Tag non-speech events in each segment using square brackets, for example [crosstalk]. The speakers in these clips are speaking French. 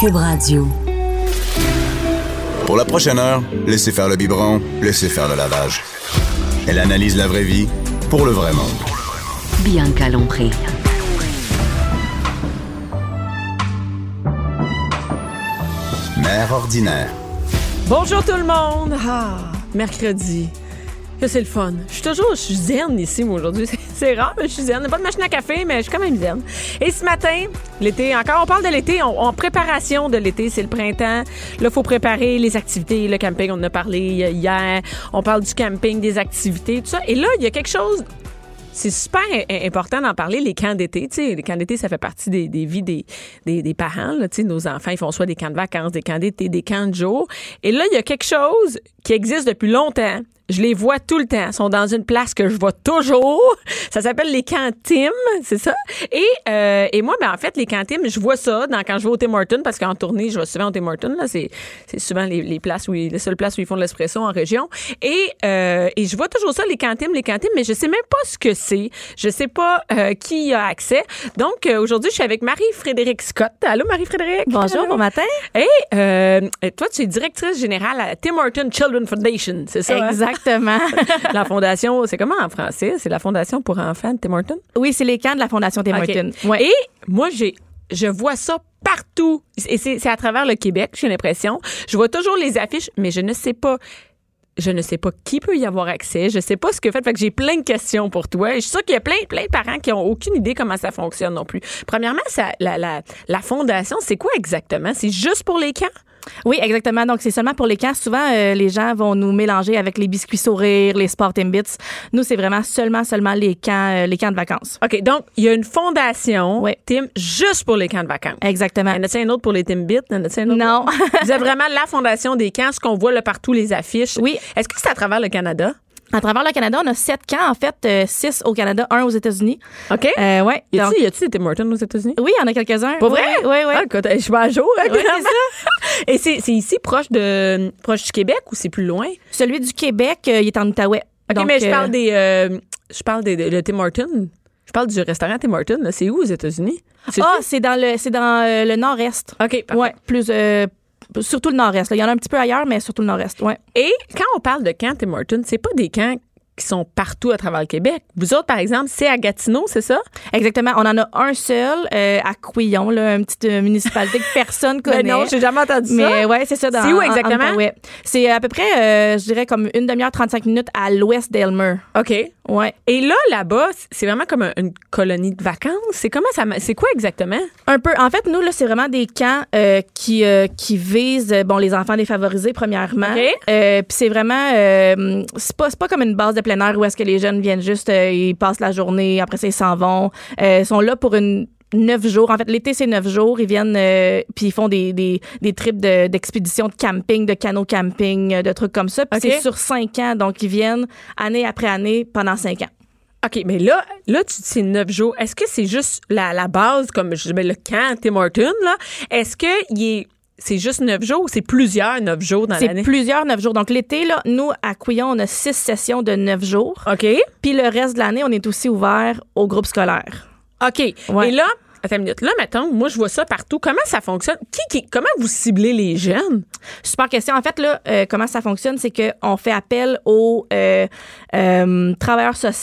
Cube Radio. Pour la prochaine heure, laissez faire le biberon, laissez faire le lavage. Elle analyse la vraie vie pour le vrai monde. Bien calompré. Mère ordinaire. Bonjour tout le monde! Ah, mercredi. Là, c'est le fun. Je suis toujours, je suis zen ici, moi, aujourd'hui. [laughs] C'est- C'est rare, mais je suis zen. Pas de machine à café, mais je suis quand même zen. Et ce matin, l'été, encore, on parle de l'été, on, en préparation de l'été, c'est le printemps. Là, faut préparer les activités, le camping, on en a parlé euh, hier. On parle du camping, des activités, tout ça. Et là, il y a quelque chose c'est super i- important d'en parler, les camps d'été. Tu sais, les camps d'été, ça fait partie des, des vies des, des, des parents. Là. Tu sais, nos enfants, ils font soit des camps de vacances, des camps d'été, des camps de jour. Et là, il y a quelque chose qui existe depuis longtemps. Je les vois tout le temps. Ils sont dans une place que je vois toujours. Ça s'appelle les camps Tim, c'est ça? Et, euh, et moi, ben, en fait, les camps Tim, je vois ça dans, quand je vais au Tim Hortons, parce qu'en tournée, je vais souvent au Tim Hortons. là. C'est c'est souvent les, les places où ils- les seules places où ils font de l'espresso en région. Et, euh, et je vois toujours ça, les cantines, les cantines, mais je sais même pas ce que c'est. Je sais pas euh, qui y a accès. Donc, euh, aujourd'hui, je suis avec Marie-Frédéric Scott. Allô, Marie-Frédéric? Bonjour, Allô? bon matin. Hey, euh, toi, tu es directrice générale à Tim Horton Children Foundation, c'est ça? hein? Exactement. [laughs] La fondation, c'est comment en français? C'est la fondation pour enfants de Tim Horton? oui, c'est les camps de la Fondation Tim OK. Hortons. Ouais. Et moi, j'ai, je vois ça partout. Et c'est c'est à travers le Québec, j'ai l'impression. Je vois toujours les affiches, mais je ne sais pas. Je ne sais pas qui peut y avoir accès. Je ne sais pas ce que fait. Fait que j'ai plein de questions pour toi. Et je suis sûre qu'il y a plein, plein de parents qui n'ont aucune idée comment ça fonctionne non plus. Premièrement, ça- la, la- la fondation, c'est quoi exactement? C'est juste pour les camps? Oui, exactement. Donc, c'est seulement pour les camps. Souvent, euh, les gens vont nous mélanger avec les biscuits sourires, les Sport Timbits. Nous, c'est vraiment seulement, seulement les camps, euh, les camps de vacances. OK, donc, il y a une fondation, Ouais. Tim, juste pour les camps de vacances. Exactement. Y en a-t-il un autre pour les Timbits? Y en a-t-il un autre? Non. [laughs] Vous êtes vraiment la fondation des camps, ce qu'on voit là partout, les affiches. Oui. Est-ce que c'est à travers le Canada? À travers le Canada, on a sept camps, en fait, euh, six au Canada, un aux États-Unis. OK. Euh, ouais. y a-t-il Donc- y a-t-il des Tim Hortons aux États-Unis? oui, il y en a quelques-uns. Pas vrai? Oui, oui. Ah, écoute, je suis pas à jour. hein, Ouais, clairement. Et c'est c'est ici, proche, de, proche du Québec ou c'est plus loin? OK, Celui du Québec, euh, il est en Outaouais. Donc, mais je parle euh, des. euh, je parle des, de- le Tim Hortons. Je parle du restaurant Tim Hortons. là. C'est où aux États-Unis? C'est- Ah, c'est dans le, c'est dans euh, le nord-est. OK, parfait. Ouais, plus, euh, surtout le nord-est. là. Il y en a un petit peu ailleurs, mais surtout le nord-est. Ouais. Et quand on parle de camps Tim Hortons, c'est pas des camps qui sont partout à travers le Québec. Vous autres, par exemple, c'est à Gatineau, c'est ça? Exactement. On en a un seul euh, à Couillon, là, une petite euh, municipalité que personne [laughs] connaît. Ben non, j'ai jamais entendu mais ça. ouais, c'est ça. dans- C'est où en- en exactement? Outaouais. C'est à peu près, euh, je dirais, comme une demi-heure, 35 minutes à l'ouest d'Elmer. OK. Ouais. Et là, là-bas, c'est vraiment comme un- une colonie de vacances. C'est comment ça, ma- c'est quoi exactement? Un peu. En fait, nous, là, c'est vraiment des camps euh, qui, euh, qui visent, euh, bon, les enfants défavorisés, premièrement. OK. Euh, Puis c'est vraiment, euh, c'est pas, c'est pas comme une base de plein air où est-ce que les jeunes viennent juste, euh, ils passent la journée, après ça, ils s'en vont. Euh, ils sont là pour une neuf jours. En fait, l'été, c'est neuf jours. Ils viennent, euh, puis ils font des, des, des trips de- d'expédition, de, camping, de canot camping, euh, de trucs comme ça. Puis OK. c'est sur cinq ans. Donc, ils viennent année après année pendant cinq ans. OK, mais là, là, tu dis c'est neuf jours. Est-ce que c'est juste la, la base, comme je dis, ben, le camp Tim Hortons, là? Est-ce que il est- c'est juste neuf jours ou c'est plusieurs neuf jours dans C'est l'année? plusieurs neuf jours. Donc, l'été, là, nous, à Couillon, on a six sessions de neuf jours. OK. Puis le reste de l'année, on est aussi ouvert aux groupes scolaires. OK. Ouais. Et là, attends une minute. Là, mettons, moi, je vois ça partout. Comment ça fonctionne? Qui, qui, comment vous ciblez les jeunes? Super question. En fait, là, euh, comment ça fonctionne, c'est qu'on fait appel aux euh, euh, travailleurs sociaux,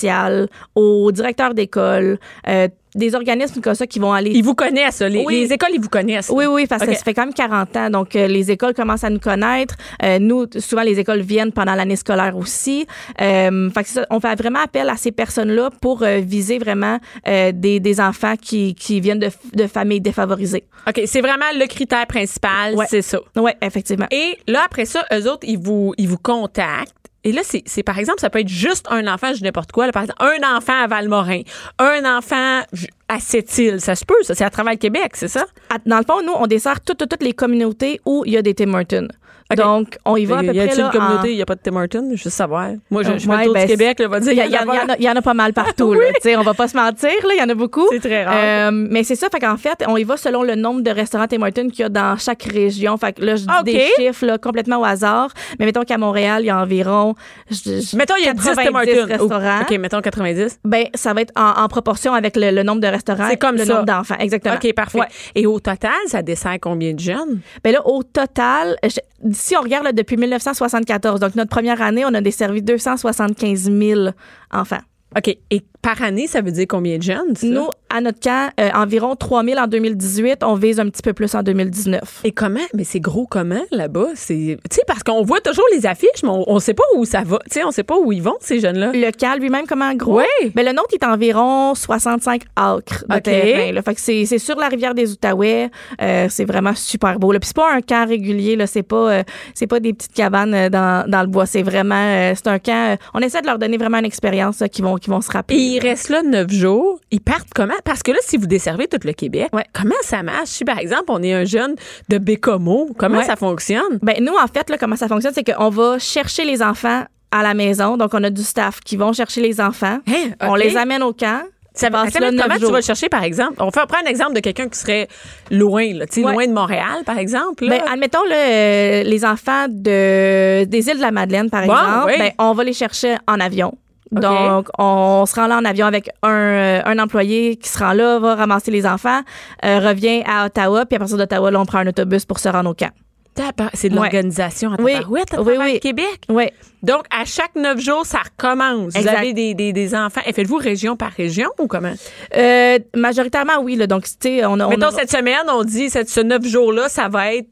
aux directeurs d'école, euh, des organismes comme ça qui vont aller... Ils vous connaissent, là. les, Oui. les écoles, ils vous connaissent. Oui, oui, parce OK. que ça fait quand même 40 ans. Donc, euh, les écoles commencent à nous connaître. Euh, nous, t- souvent, les écoles viennent pendant l'année scolaire aussi. Euh, fait que c'est ça, on fait vraiment appel à ces personnes-là pour euh, viser vraiment euh, des, des enfants qui, qui viennent de, f- de familles défavorisées. OK, c'est vraiment le critère principal, Ouais. c'est ça. Oui, effectivement. Et là, après ça, eux autres, ils vous, ils vous contactent. Et là, c'est c'est, par exemple, ça peut être juste un enfant, je dis n'importe quoi. là, par exemple, un enfant à Valmorin, un enfant j- à Sept-Îles. Ça se peut, ça. C'est à travers le Québec, c'est ça? À- Dans le fond, nous, on dessert toutes, toutes, toutes les communautés où il y a des Tim Hortons. Ok. Donc, on y va à peu Il y près. a-t-il là, une communauté, en- il n'y a pas de Tim Hortons? Je veux savoir. Moi, je, je fais Ouais, le tour ben, du Québec, là, va dire. [laughs] Il y, a- il il y en- pas- il y en a- il y en a pas mal [laughs] partout. là. Tu sais, on va pas se mentir, là, il y en a beaucoup. C'est très rare. Euh, mais c'est ça, fait qu'en fait, on y va selon le nombre de restaurants Tim Hortons qu'il y a dans chaque région. Fait que là, je dis Ok. des chiffres là, complètement au hasard. Mais mettons qu'à Montréal, il y a environ. je- je- Mettons, il y a 10 Tim 90 Hortons. Oh, restaurants. OK, mettons 90. Ben, ça va être en, en proportion avec le, le nombre de restaurants. C'est comme le ça. nombre d'enfants, exactement. OK, parfait. Ouais. Et au total, ça dessert combien de jeunes? Ben là, au total, euh, je- si on regarde là, depuis 1974, donc notre première année, on a desservi 275 000 enfants. OK. Et par année, ça veut dire combien de jeunes? ça? Nous, à notre camp, euh, environ 3 000 en 2018. On vise un petit peu plus en 2019. Et comment? Mais c'est gros comment là-bas? C'est, tu sais, parce qu'on voit toujours les affiches, mais on, ne sait pas où ça va. Tu sais, on sait pas où ils vont, ces jeunes-là. Le camp lui-même, comment gros? Oui. Ben, le nôtre est environ 65 acres de OK. terrain. là. Fait que c'est c'est sur la rivière des Outaouais. Euh, c'est vraiment super beau. là. Puis c'est pas un camp régulier. là. C'est pas, euh, c'est pas des petites cabanes euh, dans, dans le bois. C'est vraiment... euh, c'est un camp... euh, on essaie de leur donner vraiment une expérience là, qu'ils vont, qu'ils vont se Et rappeler. ils restent là neuf jours. Ils partent comment? Parce que là, si vous desservez tout le Québec, comment ça marche? Si, par exemple, on est un jeune de Bécomo, comment Ouais. ça fonctionne? Ben, nous, en fait, là, comment ça fonctionne, c'est qu'on va chercher les enfants à la maison. Donc, on a du staff qui vont chercher les enfants. Hein, On OK. les amène au camp. Ça va, Passe là neuf comment tu jours. vas le chercher, par exemple? On fait prendre l'exemple de quelqu'un qui serait loin, là, tu sais, Ouais. loin de Montréal, par exemple. là. Ben, admettons là, euh, les enfants de, des îles de la Madeleine, par Bon, exemple, oui. ben, on va les chercher en avion. OK. Donc, on se rend là en avion avec un, euh, un employé qui se rend là, va ramasser les enfants, euh, revient à Ottawa, puis à partir d'Ottawa, là, on prend un autobus pour se rendre au camp. Tabar- c'est de Ouais. l'organisation à Oui. tabarouette à Oui, travers oui. le Québec. Oui. Donc, à chaque neuf jours, ça recommence. Vous Exact. avez des, des, des enfants. Et faites-vous région par région ou comment? Euh, majoritairement, oui. Là, donc, tu sais, on, a- on Mettons, a- cette semaine, on dit cette, ce neuf jours-là, ça va être.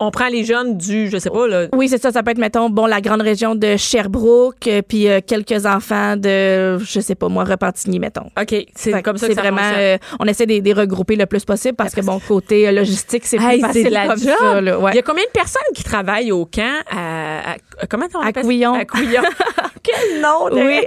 On prend les jeunes du, je sais pas, là. Oui, c'est ça. Ça peut être, mettons, bon, la grande région de Sherbrooke, euh, puis euh, quelques enfants de, je sais pas moi, Repentigny, mettons. OK, c'est Fait comme que ça c'est que ça vraiment. fonctionne. euh, on essaie de les regrouper le plus possible parce que, bon, côté euh, logistique, c'est plus Hey, facile de la comme job. ça. là, ouais. Il y a combien de personnes qui travaillent au camp à, à- à- comment on À appelle ça? Couillon. À [laughs] Couillon. Quel nom de- Oui.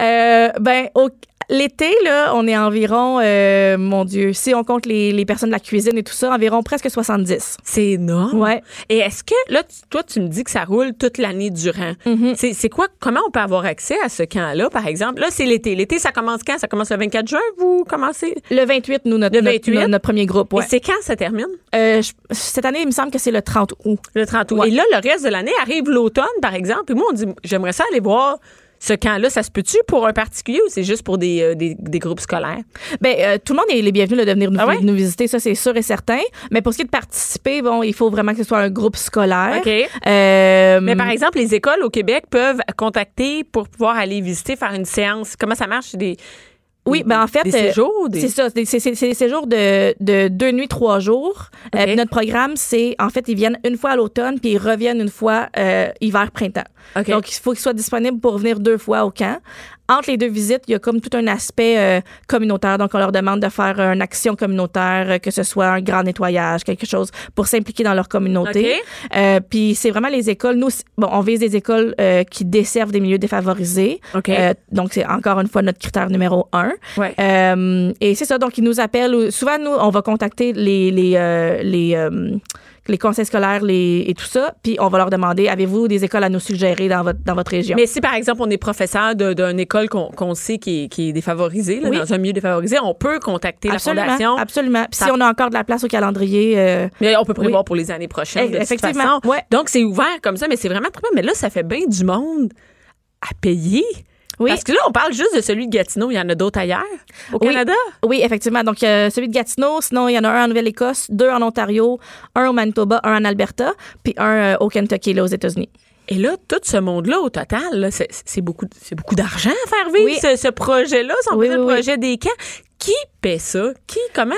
Euh, ben, au- L'été, là, on est environ, euh, mon Dieu, si on compte les, les personnes de la cuisine et tout ça, environ presque 70. C'est énorme. Ouais. Et est-ce que là, tu- toi, tu me dis que ça roule toute l'année durant. Mm-hmm. C'est c'est quoi Comment on peut avoir accès à ce camp-là, par exemple Là, c'est l'été. L'été, ça commence quand Ça commence le 24 juin. Vous commencez Le 28, nous, notre, Le notre- 28? Notre, notre premier groupe. ouais. Et c'est quand ça termine Euh, je- cette année, il me semble que c'est le 30 août. Le 30 août. Et là, le reste de l'année arrive l'automne, par exemple. Et moi, on dit, j'aimerais ça aller voir ce camp-là. Ça se peut-tu pour un particulier ou c'est juste pour des, euh, des, des groupes scolaires? Ben, euh, tout le monde est les bienvenus là, de venir nous, Ah ouais? nous visiter, ça c'est sûr et certain. Mais pour ce qui est de participer, bon, il faut vraiment que ce soit un groupe scolaire. OK. Euh, Mais par exemple, les écoles au Québec peuvent contacter pour pouvoir aller visiter, faire une séance. Comment ça marche? C'est Des, oui, ben en fait, des euh, séjours? Des... c'est ça, c'est- c'est c'est- c'est des séjours de, de deux nuits, trois jours. Euh, OK. puis notre programme, c'est en fait, ils viennent une fois à l'automne, puis ils reviennent une fois euh, hiver, printemps. OK. Donc, il faut qu'ils soient disponibles pour venir deux fois au camp. Entre les deux visites, il y a comme tout un aspect euh, communautaire. Donc, on leur demande de faire une action communautaire, euh, que ce soit un grand nettoyage, quelque chose pour s'impliquer dans leur communauté. Euh, puis, c'est vraiment les écoles. Nous, c'est- bon, on vise des écoles euh, qui desservent des milieux défavorisés. OK. Euh, donc, c'est encore une fois notre critère numéro un. Ouais. Euh, et c'est ça. Donc, ils nous appellent. ou- Souvent, nous, on va contacter les, les, euh, les, euh, les conseils scolaires les, et tout ça. Puis, on va leur demander avez-vous des écoles à nous suggérer dans votre, dans votre région? Mais si, par exemple, on est professeur de- d'une école qu'on qu'on sait qui est, qui est défavorisée, là, Oui. dans un milieu défavorisé, on peut contacter absolument. la fondation. Absolument. Puis, Ça- si on a encore de la place au calendrier. euh, Mais on peut prévoir pour les années prochaines, de Effectivement, toute façon. ouais. Donc, c'est ouvert comme ça, mais c'est vraiment trop bien. Mais là, ça fait bien du monde à payer. Oui. Parce que là, on parle juste de celui de Gatineau. Il y en a d'autres ailleurs au Oui. Canada. Oui, effectivement. Donc, euh, celui de Gatineau, sinon, il y en a un en Nouvelle-Écosse, deux en Ontario, un au Manitoba, un en Alberta, puis un euh, au Kentucky, là, aux États-Unis. Et là, tout ce monde-là, au total, là, c'est c'est beaucoup, c'est beaucoup d'argent à faire vivre Oui. ce, ce projet-là, si on Oui, faisait le oui, oui. projet des camps. Qui paie ça? Qui, comment,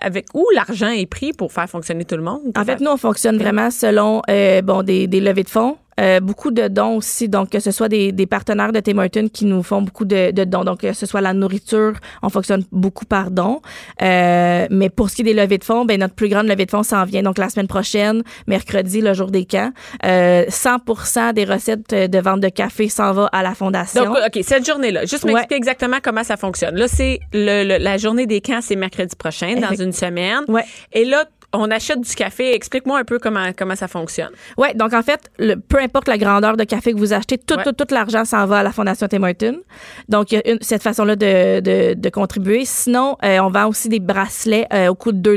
avec où l'argent est pris pour faire fonctionner tout le monde? En fait, nous, on fonctionne vraiment selon euh, bon, des, des levées de fonds Euh, beaucoup de dons aussi, donc que ce soit des, des partenaires de Tim Hortons qui nous font beaucoup de, de dons, donc que ce soit la nourriture, on fonctionne beaucoup par dons. Euh, mais pour ce qui est des levées de fonds, ben, notre plus grande levée de fonds s'en vient donc la semaine prochaine, mercredi, le jour des camps. Euh, 100% des recettes de vente de café s'en va à la fondation. Donc, euh, OK, cette journée-là, juste m'expliquer Ouais. exactement comment ça fonctionne. Là, c'est le- le- la journée des camps, c'est mercredi prochain, dans Effect- une semaine. Ouais. Et là, on achète du café. Explique-moi un peu comment, comment ça fonctionne. Oui, donc en fait, le, peu importe la grandeur de café que vous achetez, tout, Ouais. tout, tout l'argent s'en va à la Fondation Tim Hortons. Donc, il y a une- cette façon-là de, de, de contribuer. Sinon, euh, on vend aussi des bracelets euh, au coût de 2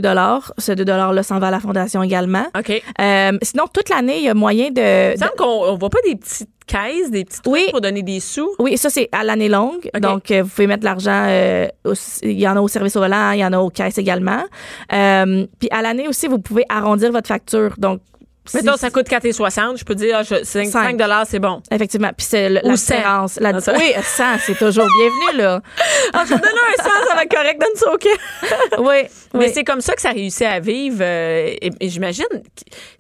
Ce 2 $-là s'en va à la Fondation également. OK. Euh, sinon, toute l'année, il y a moyen de... Il me semble qu'on ne voit pas des petites caisses, des petites Oui. trucs pour donner des sous. Oui, ça, c'est à l'année longue. OK. Donc, euh, vous pouvez mettre l'argent. euh, au- il y en a au service au volant, il y en a aux caisses également. Euh, Puis à l'année aussi, vous pouvez arrondir votre facture. Donc, si- Mettons, ça coûte 4,60. Je peux dire, ah, je- cinq- Cinq. 5, c'est bon. Effectivement. Puis c'est le- Ou la 100. différence. La, Ah, ça- oui, 100, c'est toujours bienvenu, là. Donne un sens, ça va être correct, donne ça au camp. Oui, Mais oui. c'est comme ça que ça réussit à vivre. euh, et, et j'imagine, que-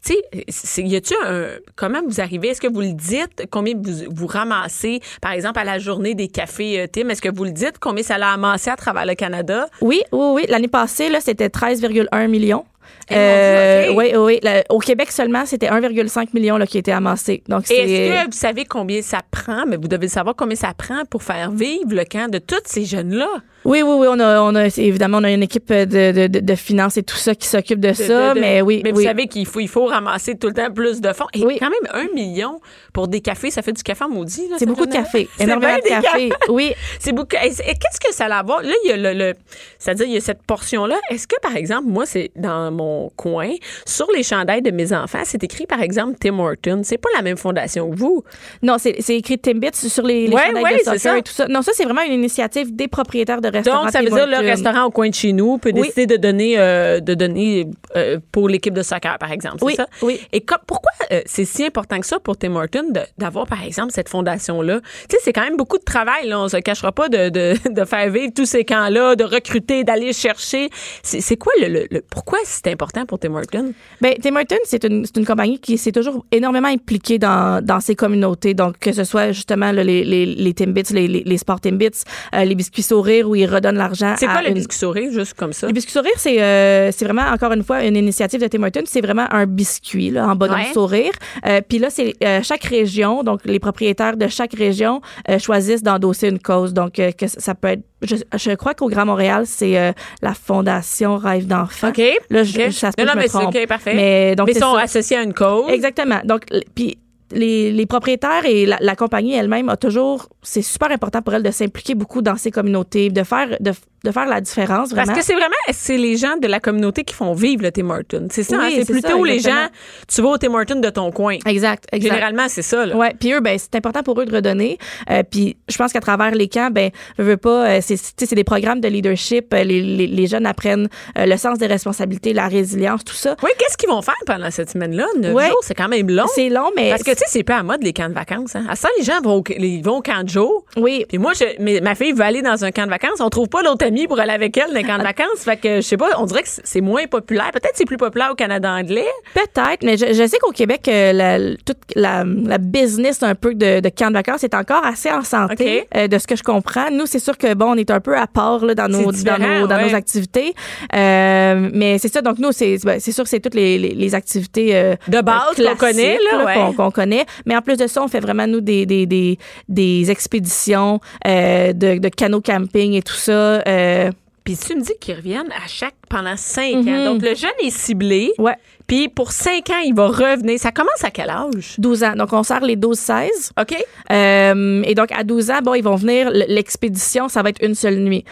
tu sais, c'est- y a-tu un. Comment vous arrivez? Est-ce que vous le dites? Combien vous, vous ramassez, par exemple, à la journée des cafés euh, Tim? Est-ce que vous le dites? Combien ça l'a amassé à travers le Canada? oui, oui, oui. L'année passée, là, c'était 13,1 millions. Euh, Eh, mon Dieu, ok. Oui, oui, oui. Le- au Québec seulement, c'était 1,5 million là, qui a été amassé. Donc, Et c'est. est-ce que vous savez combien ça prend? Mais vous devez le savoir combien ça prend pour faire vivre le camp de tous ces jeunes-là. Oui, oui, oui. On a, on a, c'est- évidemment, on a une équipe de, de, de, de finances et tout ça qui s'occupe de, De- ça. de- de- mais oui, Mais oui. vous savez qu'il faut, il faut ramasser tout le temps plus de fonds. Et Oui. quand même, un million pour des cafés, ça fait du café en maudit. là, c'est cette beaucoup de journée-là. café. C'est Énormément bien de des café. Oui. C'est beaucoup. Et c'est- et qu'est-ce que ça a à voir? Là, il y a le, le- c'est-à-dire, il y a cette portion-là. Est-ce que, par exemple, moi, c'est dans mon coin, sur les chandails de mes enfants, c'est écrit, par exemple, Tim Horton. C'est pas la même fondation que vous. Non, c'est c'est écrit Timbits sur les, les Ouais, chandails ouais, de c'est soccer ça. et tout ça. Non, ça, c'est vraiment une initiative des propriétaires de restaurants. Donc, ça veut Tim dire le Hortons. restaurant au coin de chez nous peut Oui. décider de donner, euh, de donner euh, pour l'équipe de soccer, par exemple. c'est Oui, ça? oui. Et comme- pourquoi euh, c'est si important que ça pour Tim Horton de- d'avoir, par exemple, cette fondation-là? Tu sais, c'est quand même beaucoup de travail. Là, on se cachera pas de, [laughs] de- de faire vivre tous ces camps-là, de recruter, d'aller chercher. C'est c'est quoi le, le- le- Pourquoi c'est important pour Tim Horton? Ben, Tim Hortons, c'est une, c'est une compagnie qui s'est toujours énormément impliquée dans, dans ses communautés. Donc, que ce soit justement là, les, les, les Timbits, les, les, les sports Timbits, euh, les biscuits sourires où ils redonnent l'argent. C'est quoi à le Ah, une- Eh biscuit souris, juste comme ça? Les biscuits sourires, c'est euh, c'est vraiment, encore une fois, une initiative de Tim Hortons. C'est vraiment un biscuit là, en bonhomme Ouais. sourire. Euh, Puis là, c'est euh, chaque région, donc les propriétaires de chaque région euh, choisissent d'endosser une cause. Donc, euh, que ça peut être... Je, je crois qu'au Grand Montréal, c'est euh, la Fondation Rêve d'enfant. OK. Là, je, OK. ça se peut non, que non, je me mais c'est trompe. OK, parfait. Mais, donc, Mais c'est ils sont ça. associés à une cause. Exactement. Donc, l- puis les, les propriétaires et la, la compagnie elle-même a toujours, c'est super important pour elle de s'impliquer beaucoup dans ces communautés, de faire, de, f- de faire la différence vraiment. Parce que c'est vraiment, c'est les gens de la communauté qui font vivre le Tim Hortons. C'est ça, Oui, hein? c'est c'est plutôt ça, les exactement. gens, tu vas au Tim Hortons de ton coin. Exact, exact. Généralement, c'est ça. là. Ouais, puis eux, ben, c'est important pour eux de redonner. Euh, puis je pense qu'à travers les camps, ben, je veux pas, euh, c'est, tu sais, c'est des programmes de leadership. Euh, Les, les, les jeunes apprennent euh, le sens des responsabilités, la résilience, tout ça. Oui, qu'est-ce qu'ils vont faire pendant cette semaine-là? Neuf Ouais. jours, c'est quand même long. C'est long, mais Parce que, tu sais, c'est pas à mode les camps de vacances. Hein? À ça, les gens vont, au- ils vont au camp de jour. oui, Puis moi, je- mais ma fille veut aller dans un camp de vacances. On trouve pas l'autre amie pour aller avec elle dans un camp de vacances. Fait que, je sais pas, on dirait que c'est moins populaire. Peut-être que c'est plus populaire au Canada anglais. Peut-être, mais je, je sais qu'au Québec, euh, la, toute la, la business un peu de, de camp de vacances est encore assez en santé, OK. euh, de ce que je comprends. Nous, c'est sûr que bon, on est un peu à part là, dans, nos, C'est dans, différent, nos, dans ouais. nos activités, Euh, mais c'est ça. Donc nous, c'est ben, c'est sûr, que c'est toutes les, les, les activités euh, De base qu'on classiques, connaît, là, ouais. qu'on- qu'on connaît. Mais en plus de ça, on fait vraiment nous des des, des, des expéditions euh, de, de canot camping et tout ça. Euh, Puis tu me dis qu'ils reviennent à chaque pendant cinq ans. Donc le jeune est ciblé. ouais. Puis pour cinq ans, il va revenir. Ça commence à quel âge? 12 ans. Donc, on sert les 12-16. OK? Euh, et donc, à 12 ans, bon, ils vont venir. l- L'expédition, ça va être une seule nuit.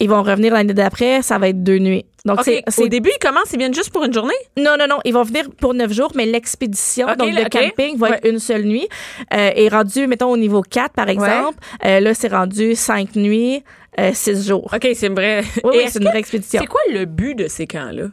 Ils vont revenir l'année d'après, ça va être deux nuits. Donc, OK. c'est- Au c'est. début, ils commencent, ils viennent juste pour une journée? Non, non, non. Ils vont venir pour neuf jours, mais l'expédition, OK, donc là, le OK. camping, va être une seule nuit. Euh, et rendu, mettons, au niveau 4, par exemple, euh, là, c'est rendu cinq nuits, euh, six jours. OK, c'est vrai. Oui, Et oui, est-ce c'est une que- vraie expédition. C'est quoi le but de ces camps-là?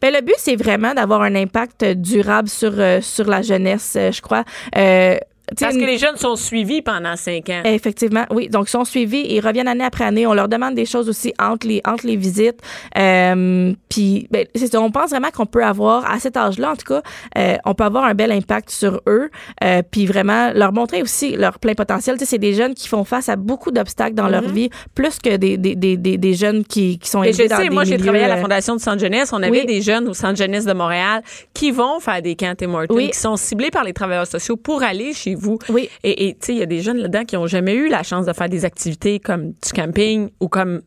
Ben, le but, c'est vraiment d'avoir un impact durable sur, euh, sur la jeunesse, euh, je crois. Euh, Tu sais, Parce que une- les jeunes sont suivis pendant cinq ans. Effectivement, oui. Donc, ils sont suivis et ils reviennent année après année. On leur demande des choses aussi entre les, entre les visites. Euh, puis, ben, c'est ça. On pense vraiment qu'on peut avoir, à cet âge-là, en tout cas, euh, on peut avoir un bel impact sur eux. Euh, puis, vraiment, leur montrer aussi leur plein potentiel. Tu sais, c'est des jeunes qui font face à beaucoup d'obstacles dans leur vie, plus que des, des, des, des, des jeunes qui, qui sont Et Mm-hmm. élevés je dans sais, des moi, j'ai milieux, travaillé à la euh, Fondation du Centre Jeunesse. On avait oui. des jeunes au Centre Jeunesse de Montréal qui vont faire des camps Tim Hortons, Oui. qui sont ciblés par les travailleurs sociaux pour aller chez vous. Oui. Et et, tu sais, il y a des jeunes là-dedans qui n'ont jamais eu la chance de faire des activités comme du camping ou comme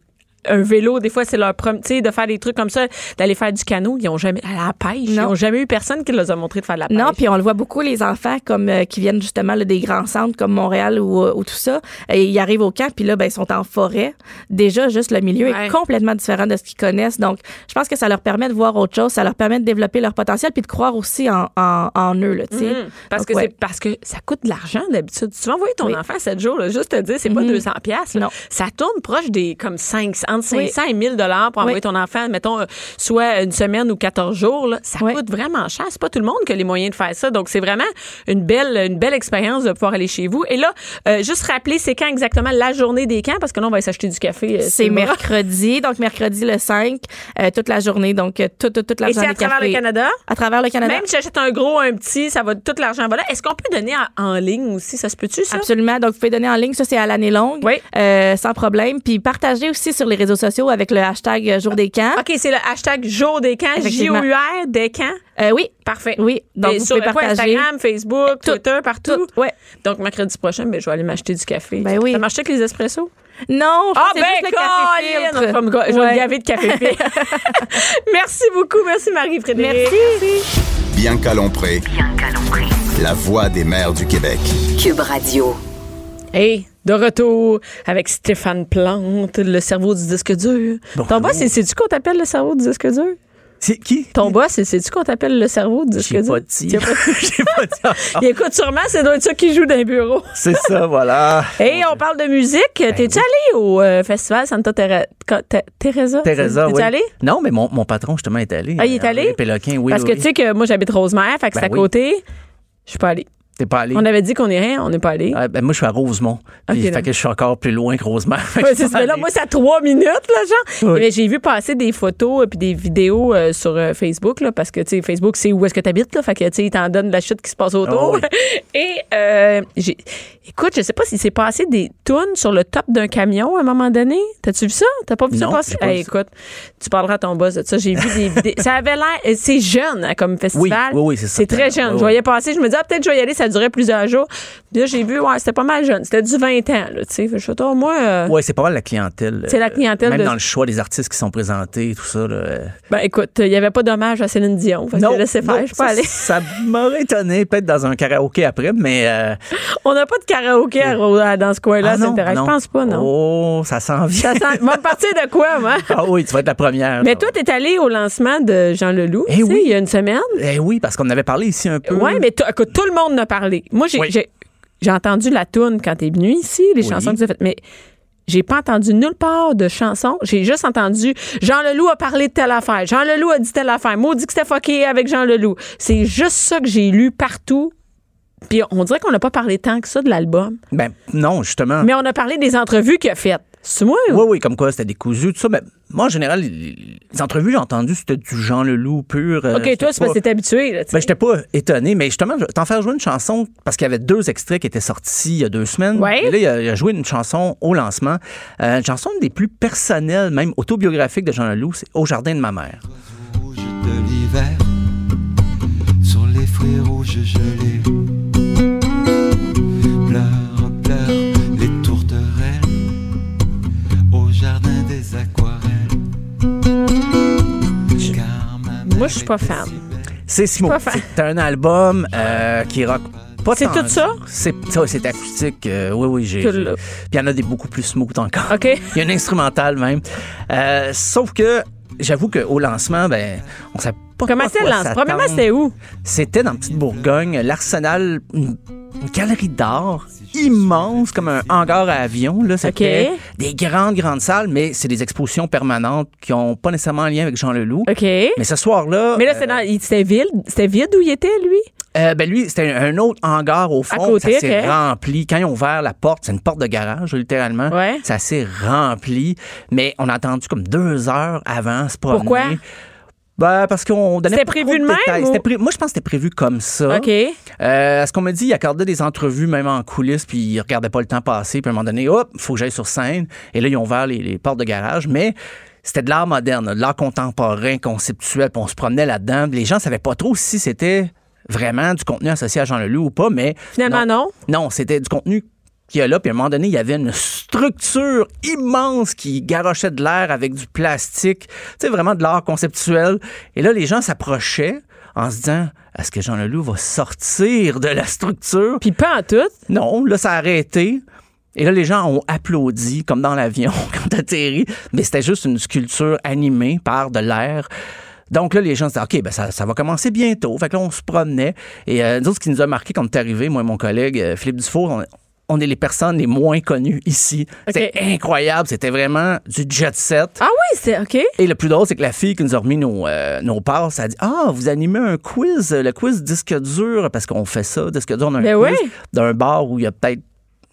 un vélo. Des fois, c'est leur premier, tu sais, de faire des trucs comme ça, d'aller faire du canot. Ils n'ont jamais, à la pêche. Ils Non. n'ont jamais eu personne qui leur a montré de faire de la pêche. Non, puis on le voit beaucoup, les enfants comme euh, qui viennent justement là, des grands centres comme Montréal ou, euh, ou tout ça. Et ils arrivent au camp, puis là, ben, ils sont en forêt. Déjà, juste le milieu Ouais. est complètement différent de ce qu'ils connaissent. Donc, je pense que ça leur permet de voir autre chose, ça leur permet de développer leur potentiel, puis de croire aussi en, en, en eux. Là, tu sais. Mhm. Parce, Donc, que Ah, ouais. c'est parce que ça coûte de l'argent d'habitude. Tu vas envoyer ton Oui. Mhm. enfant à 7 jours, là, juste te dire, c'est pas 200 pièces. Non. Ça tourne proche des comme 5, entre 500 Oui. et 1000 dollars pour Oui. envoyer ton enfant, mettons, euh, soit une semaine ou 14 jours. là. Ça Oui. coûte vraiment cher. C'est pas tout le monde qui a les moyens de faire ça. Donc, c'est vraiment une belle, une belle expérience de pouvoir aller chez vous. Et là, euh, juste rappeler, c'est quand exactement la journée des camps? Parce que là, on va aller s'acheter du café. euh, sur C'est le bras. mercredi, donc mercredi le 5, euh, toute la journée, donc euh, toute, toute, toute la Et c'est journée. à travers le café. Canada? À travers le Canada. Même si j'achète un gros, un petit, ça va tout l'argent va là. Est-ce qu'on peut donner en, en ligne aussi? Ça se peut-tu, ça? Absolument. Donc, vous pouvez donner en ligne. Ça, c'est à l'année longue. Oui. Euh, sans problème. Puis, partagez aussi sur les réseaux sociaux avec le hashtag euh, Jour des camps. OK, c'est le hashtag jour des camps, Effectivement. J-O-U-R des camps. Euh, oui. Parfait. Oui. Donc, Et vous sur pouvez quoi, partager. Instagram, Facebook, Tout. Twitter, partout. Tout, ouais. Donc, mercredi prochain, ben, je vais aller m'acheter du café. Ben oui. Ça marche avec les espressos? ben, Non, je pense que c'est juste le café Ah, Colin! filtre. Je vais me ga- je vais Ouais. me gaver de [laughs] café filtre. [laughs] Merci beaucoup. Merci, Marie-Frédéric. Bianca Lompré, Bianca Lompré. la voix des mères du Québec. Cube Radio. Hey, de retour avec Stéphane Plante, le cerveau du disque dur. Ton boss, c'est- c'est-tu qu'on t'appelle le cerveau du disque dur? C'est qui? Ton boss, c'est- c'est-tu qu'on t'appelle le cerveau du disque J'ai dur? pas dit. Tu as pas- [laughs] J'ai pas dit encore. Il écoute sûrement, c'est doit être ça qui joue dans les bureaux. C'est ça, voilà. Hey, on parle de musique. Ben T'es-tu allé au euh, festival Santa Teresa? Teresa, Teresa, T'es-tu oui. allé? Non, mais mon, mon patron, justement, est allé. Ah, il est allé? André Péloquin, oui. Parce oui, que oui. tu sais que moi, j'habite Rosemère, fait que c'est Ben à oui. côté. Je suis pas allée. T'es pas allé. On avait dit qu'on irait, on n'est pas allé. Ah, ben, moi, je suis à Rosemont. Puis, Ok, fait que je suis encore plus loin que Rosemont. Fait que [laughs] Ouais, je suis c'est pas ça. Là, allé. moi, c'est à trois minutes, là, genre. Oui. Mais j'ai vu passer des photos et puis des vidéos euh, sur euh, Facebook, là, parce que, tu sais, Facebook, c'est où est-ce que tu habites, là. Fait que, tu sais, ils t'en donnent la chute qui se passe autour. Oh, oui. [laughs] Et, euh, j'ai- écoute, je sais pas si c'est passé des tunes sur le top d'un camion à un moment donné. T'as-tu vu ça? T'as pas vu ça Non, passer? j'ai pas Hey, vu ça. écoute, tu parleras à ton boss de ça. J'ai vu des vidéos. Ça avait l'air. euh, C'est jeune, hein, comme festival. oui, oui, c'est ça. C'est très jeune. Oui, oui. Je voyais passer, je me disais, ah, peut-être je vais y aller, ça durait plusieurs jours. Puis là, j'ai vu, ouais, c'était pas mal jeune. C'était du 20 ans, là, tu sais. Fait que Je suis autour, moi. euh, [laughs] Ouais, c'est pas mal la clientèle. C'est la Euh, clientèle Même de- dans le choix des artistes qui sont présentés, tout ça. là. euh. Ben écoute, il n'y avait pas d'hommage à Céline Dion. Fait que j'ai laissé faire, non, je suis pas ça- allée. [laughs] Ça m'aurait étonné, peut-être dans un karaoké après, mais. euh, [laughs] On n'a pas de karaoké à Ro- à- dans ce coin-là, ah, c'est non, intéressant. non. Je pense pas, non. Oh, ça s'en vient. Ça sent... Va me partir de quoi, [laughs] moi? Ah oui, tu vas être la première. Mais là. toi, t'es allé au lancement de Jean Leloup, tu Eh sais, oui. il y a une semaine. Eh oui, parce qu'on avait parlé ici un peu. Ouais, mais t- écoute, tout le monde en a parlé. Moi, j'ai, Oui. j'ai, j'ai entendu la toune quand t'es venu ici, les Oui. chansons que tu as faites, mais j'ai pas entendu nulle part de chansons. J'ai juste entendu Jean Leloup a parlé de telle affaire. Jean Leloup a dit telle affaire. Maudit que c'était fucké avec Jean Leloup. C'est juste ça que j'ai lu partout. Puis on dirait qu'on n'a pas parlé tant que ça de l'album. Ben, non, justement. Mais on a parlé des entrevues qu'il a faites. C'est moi? ou- Oui, oui, comme quoi c'était décousu, tout ça. Mais moi, en général, les, les entrevues, j'ai entendu, c'était du Jean Leloup pur. euh, OK, c'était toi, c'est pas- parce que t'es habitué. Là, tu sais. Ben, j'étais pas étonné, mais justement, je vais t'en faire jouer une chanson parce qu'il y avait deux extraits qui étaient sortis il y a deux semaines. Ouais. Et là, il a, il a joué une chanson au lancement, euh, une chanson des plus personnelles, même autobiographiques de Jean Leloup, c'est Au jardin de ma mère. rouge de l'hiver sur les fruits rouges gelés. Pleure, pleure les tourterelles au jardin des aquarelles. Car ma Moi, mère je suis pas était fan. si belle. C'est Simon. Pas fan. C'est un album euh, qui rock pas C'est tant- tout ça? C'est ça, c'est acoustique. euh, oui, oui, j'ai. Tout j'ai- là. Puis il y en a des beaucoup plus smooth encore. OK. Il y a un instrumental même. Euh, sauf que j'avoue qu'au lancement, ben, on savait pas Comment trop à c'était le quoi lancement? s'attendre. Premièrement, c'était où? C'était dans Petite Bourgogne, l'Arsenal, une, une galerie d'art immense, comme un hangar à avion. Là, c'était Ok. des grandes, grandes salles, mais c'est des expositions permanentes qui n'ont pas nécessairement un lien avec Jean Leloup. OK. [laughs] Mais, Mais ce soir-là. là, euh, c'était, dans- il- c'était vide. C'était vide où il était, lui? Euh, ben lui, c'était un autre hangar au fond. À côté, ça s'est ok. rempli. Quand ils ont ouvert la porte, c'est une porte de garage, littéralement. Ouais. Ça s'est rempli. Mais on a attendu comme deux heures avant se promener. Pourquoi? Ben, parce qu'on donnait C'était pas prévu trop de même détails. ou- C'était pré- Moi, je pense que c'était prévu comme ça. OK. Euh, à ce qu'on me dit, il accordait des entrevues même en coulisses, puis il regardait pas le temps passer. Puis à un moment donné, hop, faut que j'aille sur scène. Et là, ils ont ouvert les, les portes de garage. Mais c'était de l'art moderne, de l'art contemporain, conceptuel. Puis on se promenait là-dedans. Les gens savaient pas trop si c'était vraiment du contenu associé à Jean Leloup ou pas, mais... Finalement, non. Non, c'était du contenu qu'il y a là. Puis à un moment donné, il y avait une structure immense qui garochait de l'air avec du plastique. Tu sais, vraiment de l'art conceptuel. Et là, les gens s'approchaient en se disant est-ce que Jean Leloup va sortir de la structure Puis pas en tout. Non, là, ça a arrêté. Et là, les gens ont applaudi, comme dans l'avion, [laughs] quand atterri. Mais c'était juste une sculpture animée par de l'air. Donc là, les gens se disaient, OK, ben ça, ça va commencer bientôt. Fait que là, on se promenait. Et euh, nous autres, ce qui nous a marqué quand on est arrivé, moi et mon collègue euh, Philippe Dufour, on, on est les personnes les moins connues ici. C'était incroyable. C'était vraiment du jet set. Ah oui, c'est OK. Et le plus drôle, c'est que la fille qui nous a remis nos, euh, nos passes, elle a dit Ah, vous animez un quiz, le quiz disque dur, parce qu'on fait ça, disque dur, on a un Ben quiz oui. d'un bar où il y a peut-être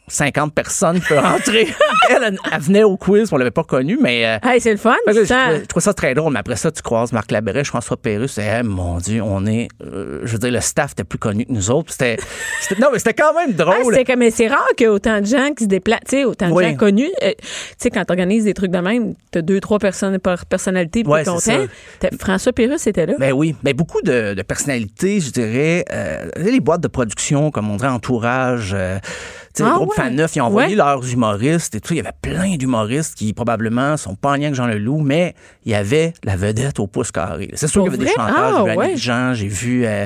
50 personnes qui [laughs] peuvent entrer. elle, elle, elle venait au quiz, on l'avait pas connue, mais. euh, Hey, c'est le fun. fait que là, je, ça. trouvais, je trouvais ça très drôle, mais après ça, tu croises Marc Labrèche, François Pérusse, c'est Eh, mon Dieu, on est. euh, je veux dire, le staff était plus connu que nous autres. puis C'était, c'était- non, mais c'était quand même Ah, drôle. c'est comme, mais c'est rare qu'il y ait autant de gens qui se déplacent, tu sais, autant de Oui. gens connus. Euh, tu sais, quand t'organises des trucs de même, t'as deux, trois personnes par personnalité pour Ouais, ton c'est temps. ça. T'as- François Pérusse était là. [laughs] Ben oui, ben beaucoup de, de personnalités, je dirais. euh, les boîtes de production, comme on dirait, entourage, euh, tu sais, Ah les groupes ouais. Faneuf, ils ont envoyé Ouais. leurs humoristes et tout. Il y avait plein d'humoristes qui probablement sont pas en lien avec Jean Leloup, mais il y avait la vedette au pouce carré. C'est sûr Pour qu'il y avait des vrai? chanteurs, Ah, j'ai vu Annick ouais. Jean, j'ai vu, euh,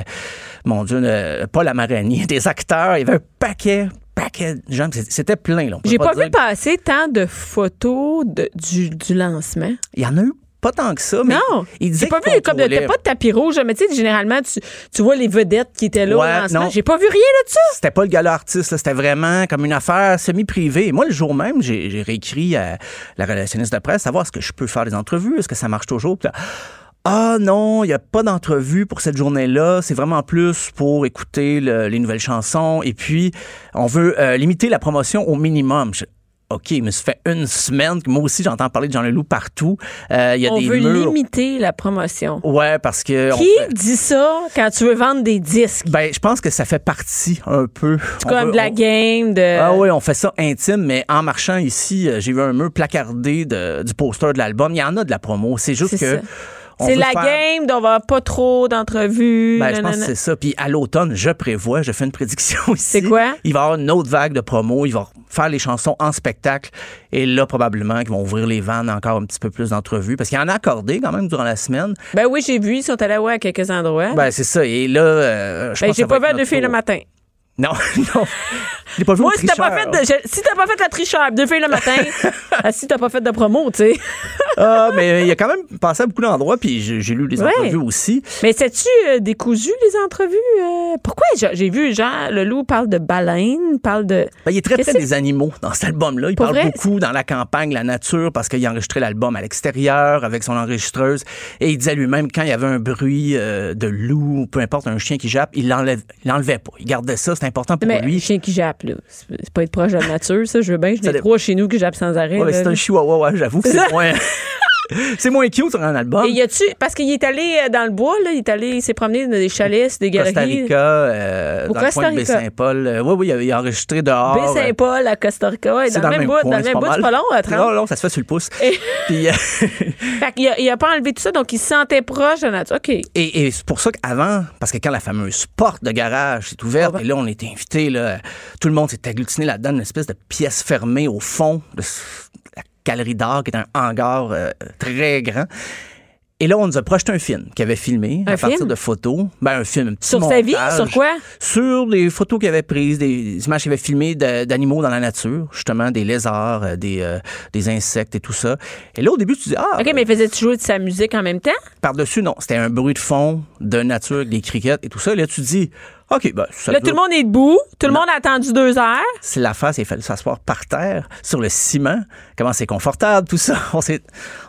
mon Dieu, euh, Paul Amarani, [laughs] des acteurs, il y avait un paquet, paquet de gens. C'était- C'était plein, là. On peut J'ai pas, dire vu passer tant de photos de- du, du lancement. Il y en a eu pas tant que ça, mais non! il disait J'ai pas qu'il vu comme de, contrôlait. t'as pas de tapis rouge, mais tu sais, généralement, tu, tu vois les vedettes qui étaient là Ouais, au lancement. non. J'ai pas vu rien là-dessus. C'était pas le gala artiste, là. c'était vraiment comme une affaire semi-privée. Et Moi, le jour même, j'ai j'ai réécrit à la relationniste de presse, savoir est-ce que je peux faire des entrevues, est-ce que ça marche toujours. Puis là, ah non, il n'y a pas d'entrevue pour cette journée-là. C'est vraiment plus pour écouter le- les nouvelles chansons. Et puis, on veut euh, limiter la promotion au minimum. Je- OK, mais ça fait une semaine que moi aussi, j'entends parler de Jean Leloup partout. Euh, Il y a On des veut murs. limiter la promotion. Ouais, parce que... on Qui fait- dit ça quand tu veux vendre des disques? Ben, je pense que ça fait partie un peu. On Comme veut- de la on- game, de. Ah oui, on fait ça intime, mais en marchant ici, euh, j'ai vu un mur placardé de- du poster de l'album. Il y en a de la promo. C'est juste C'est que. ça. on C'est veut la faire- game d'on va pas trop d'entrevues. Ben, je pense que nanana. c'est ça. Puis à l'automne, je prévois, je fais une prédiction [laughs] ici. C'est quoi? Il va y avoir une autre vague de promos. Ils vont faire les chansons en spectacle. Et là, probablement, qu'ils vont ouvrir les vannes encore un petit peu plus d'entrevues. Parce qu'il y en a accordé quand même durant la semaine. Ben oui, j'ai vu, ils sont allés ouais, à quelques endroits. Ben, Ben, c'est ça. Et là, euh, je pense que j'ai ça pas va être fait de notre filles le tour. matin. Non, [laughs] non. J'ai pas vu Moi, au si t'as pas fait tricheur. de, je- si t'as pas fait la tricheur, deux filles le matin, [laughs] ah, si t'as pas fait de promo, tu sais. Ah, mais il a quand même passé à beaucoup d'endroits, puis j'ai j'ai lu les Ouais. entrevues aussi. Mais sais-tu euh, décousu, les entrevues? euh, pourquoi? J'ai j'ai vu, Jean Leloup parle de baleine, parle de. Ben, il est très près Qu'est-ce des animaux dans cet album-là. Il Pour parle vrai? beaucoup dans la campagne, la nature, parce qu'il a enregistré l'album à l'extérieur avec son enregistreuse. Et il disait lui-même, quand il y avait un bruit euh, de loup, ou peu importe, un chien qui jappe, il l'enlève, il l'enlevait pas. Il gardait ça, c'est important pour Mais lui. chien qui jappe, là. C'est c'est pas être proche de la nature, ça, je veux bien. Je Ça n'ai dé- trois chez nous qui jappent sans arrêt. Ouais, mais là. c'est un chihuahua, ouais, j'avoue que C'est ça. [laughs] c'est moins... [laughs] c'est moins cute sur un album. Et y a-tu. Parce qu'il est allé euh, dans le bois, là. Il est allé, il s'est promené dans des chalets, des galeries. Costa Rica, euh, Au dans le Costa coin de Rica. Baie-Saint-Paul. Euh, oui, oui, il a, il a enregistré dehors. Baie euh, Saint-Paul à Costa Rica. Ouais, C'est dans le même bout, coin, dans le même bout, mal. c'est pas long à 30. Non, non, ça se fait sur le pouce. Puis, euh, Fait qu'il a, il a pas enlevé tout ça, donc il se sentait proche de la nature. OK. et et c'est pour ça qu'avant, parce que quand la fameuse porte de garage s'est Ah ouverte, et là, on était invités, là, tout le monde s'est agglutiné là-dedans, une espèce de pièce fermée au fond de ce- la galerie d'art, qui est un hangar euh, très grand. Et là, on nous a projeté un film qu'il avait filmé Un à partir film? de photos. Ben, un film, un petit Sur sa vie? montage. Sur quoi? Sur des photos qu'il avait prises, des, des images qu'il avait filmées de- d'animaux dans la nature, justement, des lézards, euh, des, euh, des insectes et tout ça. Et là, au début, tu dis, ah, OK, mais faisait-tu jouer de sa musique en même temps? par-dessus, non, c'était un bruit de fond de nature, avec des criquettes et tout ça. Et là, tu dis, OK, ben, ça Là, doit- tout le monde est debout. Tout le monde a attendu deux heures. c'est la face, il fallait s'asseoir par terre, sur le ciment. Comment c'est confortable, tout ça. [laughs] On, s'est,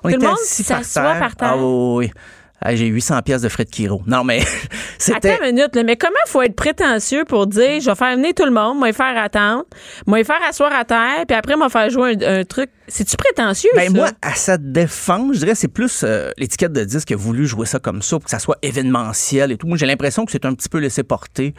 on le était monde assis s'assoit par terre. Ah oui, oui, oui. Ah, j'ai 800 pièces de frais de Kiro. Non, mais [laughs] c'était... Attends une minute, là, mais comment faut être prétentieux pour dire je vais faire venir tout le monde, moi les faire attendre, moi les faire asseoir à terre, puis après moi faire jouer un, un truc. C'est-tu prétentieux? Ben, ça? moi, à sa défense, je dirais c'est plus euh, l'étiquette de disque qui a voulu jouer ça comme ça pour que ça soit événementiel et tout. Moi, j'ai l'impression que c'est un petit peu laissé porter.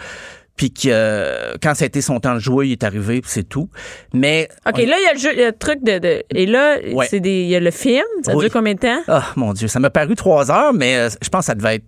Puis que euh, quand ça a été son temps de jouer, il est arrivé, puis c'est tout. Mais OK, là, il y a le, jeu- le truc de, de- Et là, Ouais. c'est des, il y a le film. Ça Oui. dure combien de temps? Ah, mon Dieu, ça m'a paru trois heures, mais euh, je pense que ça devait être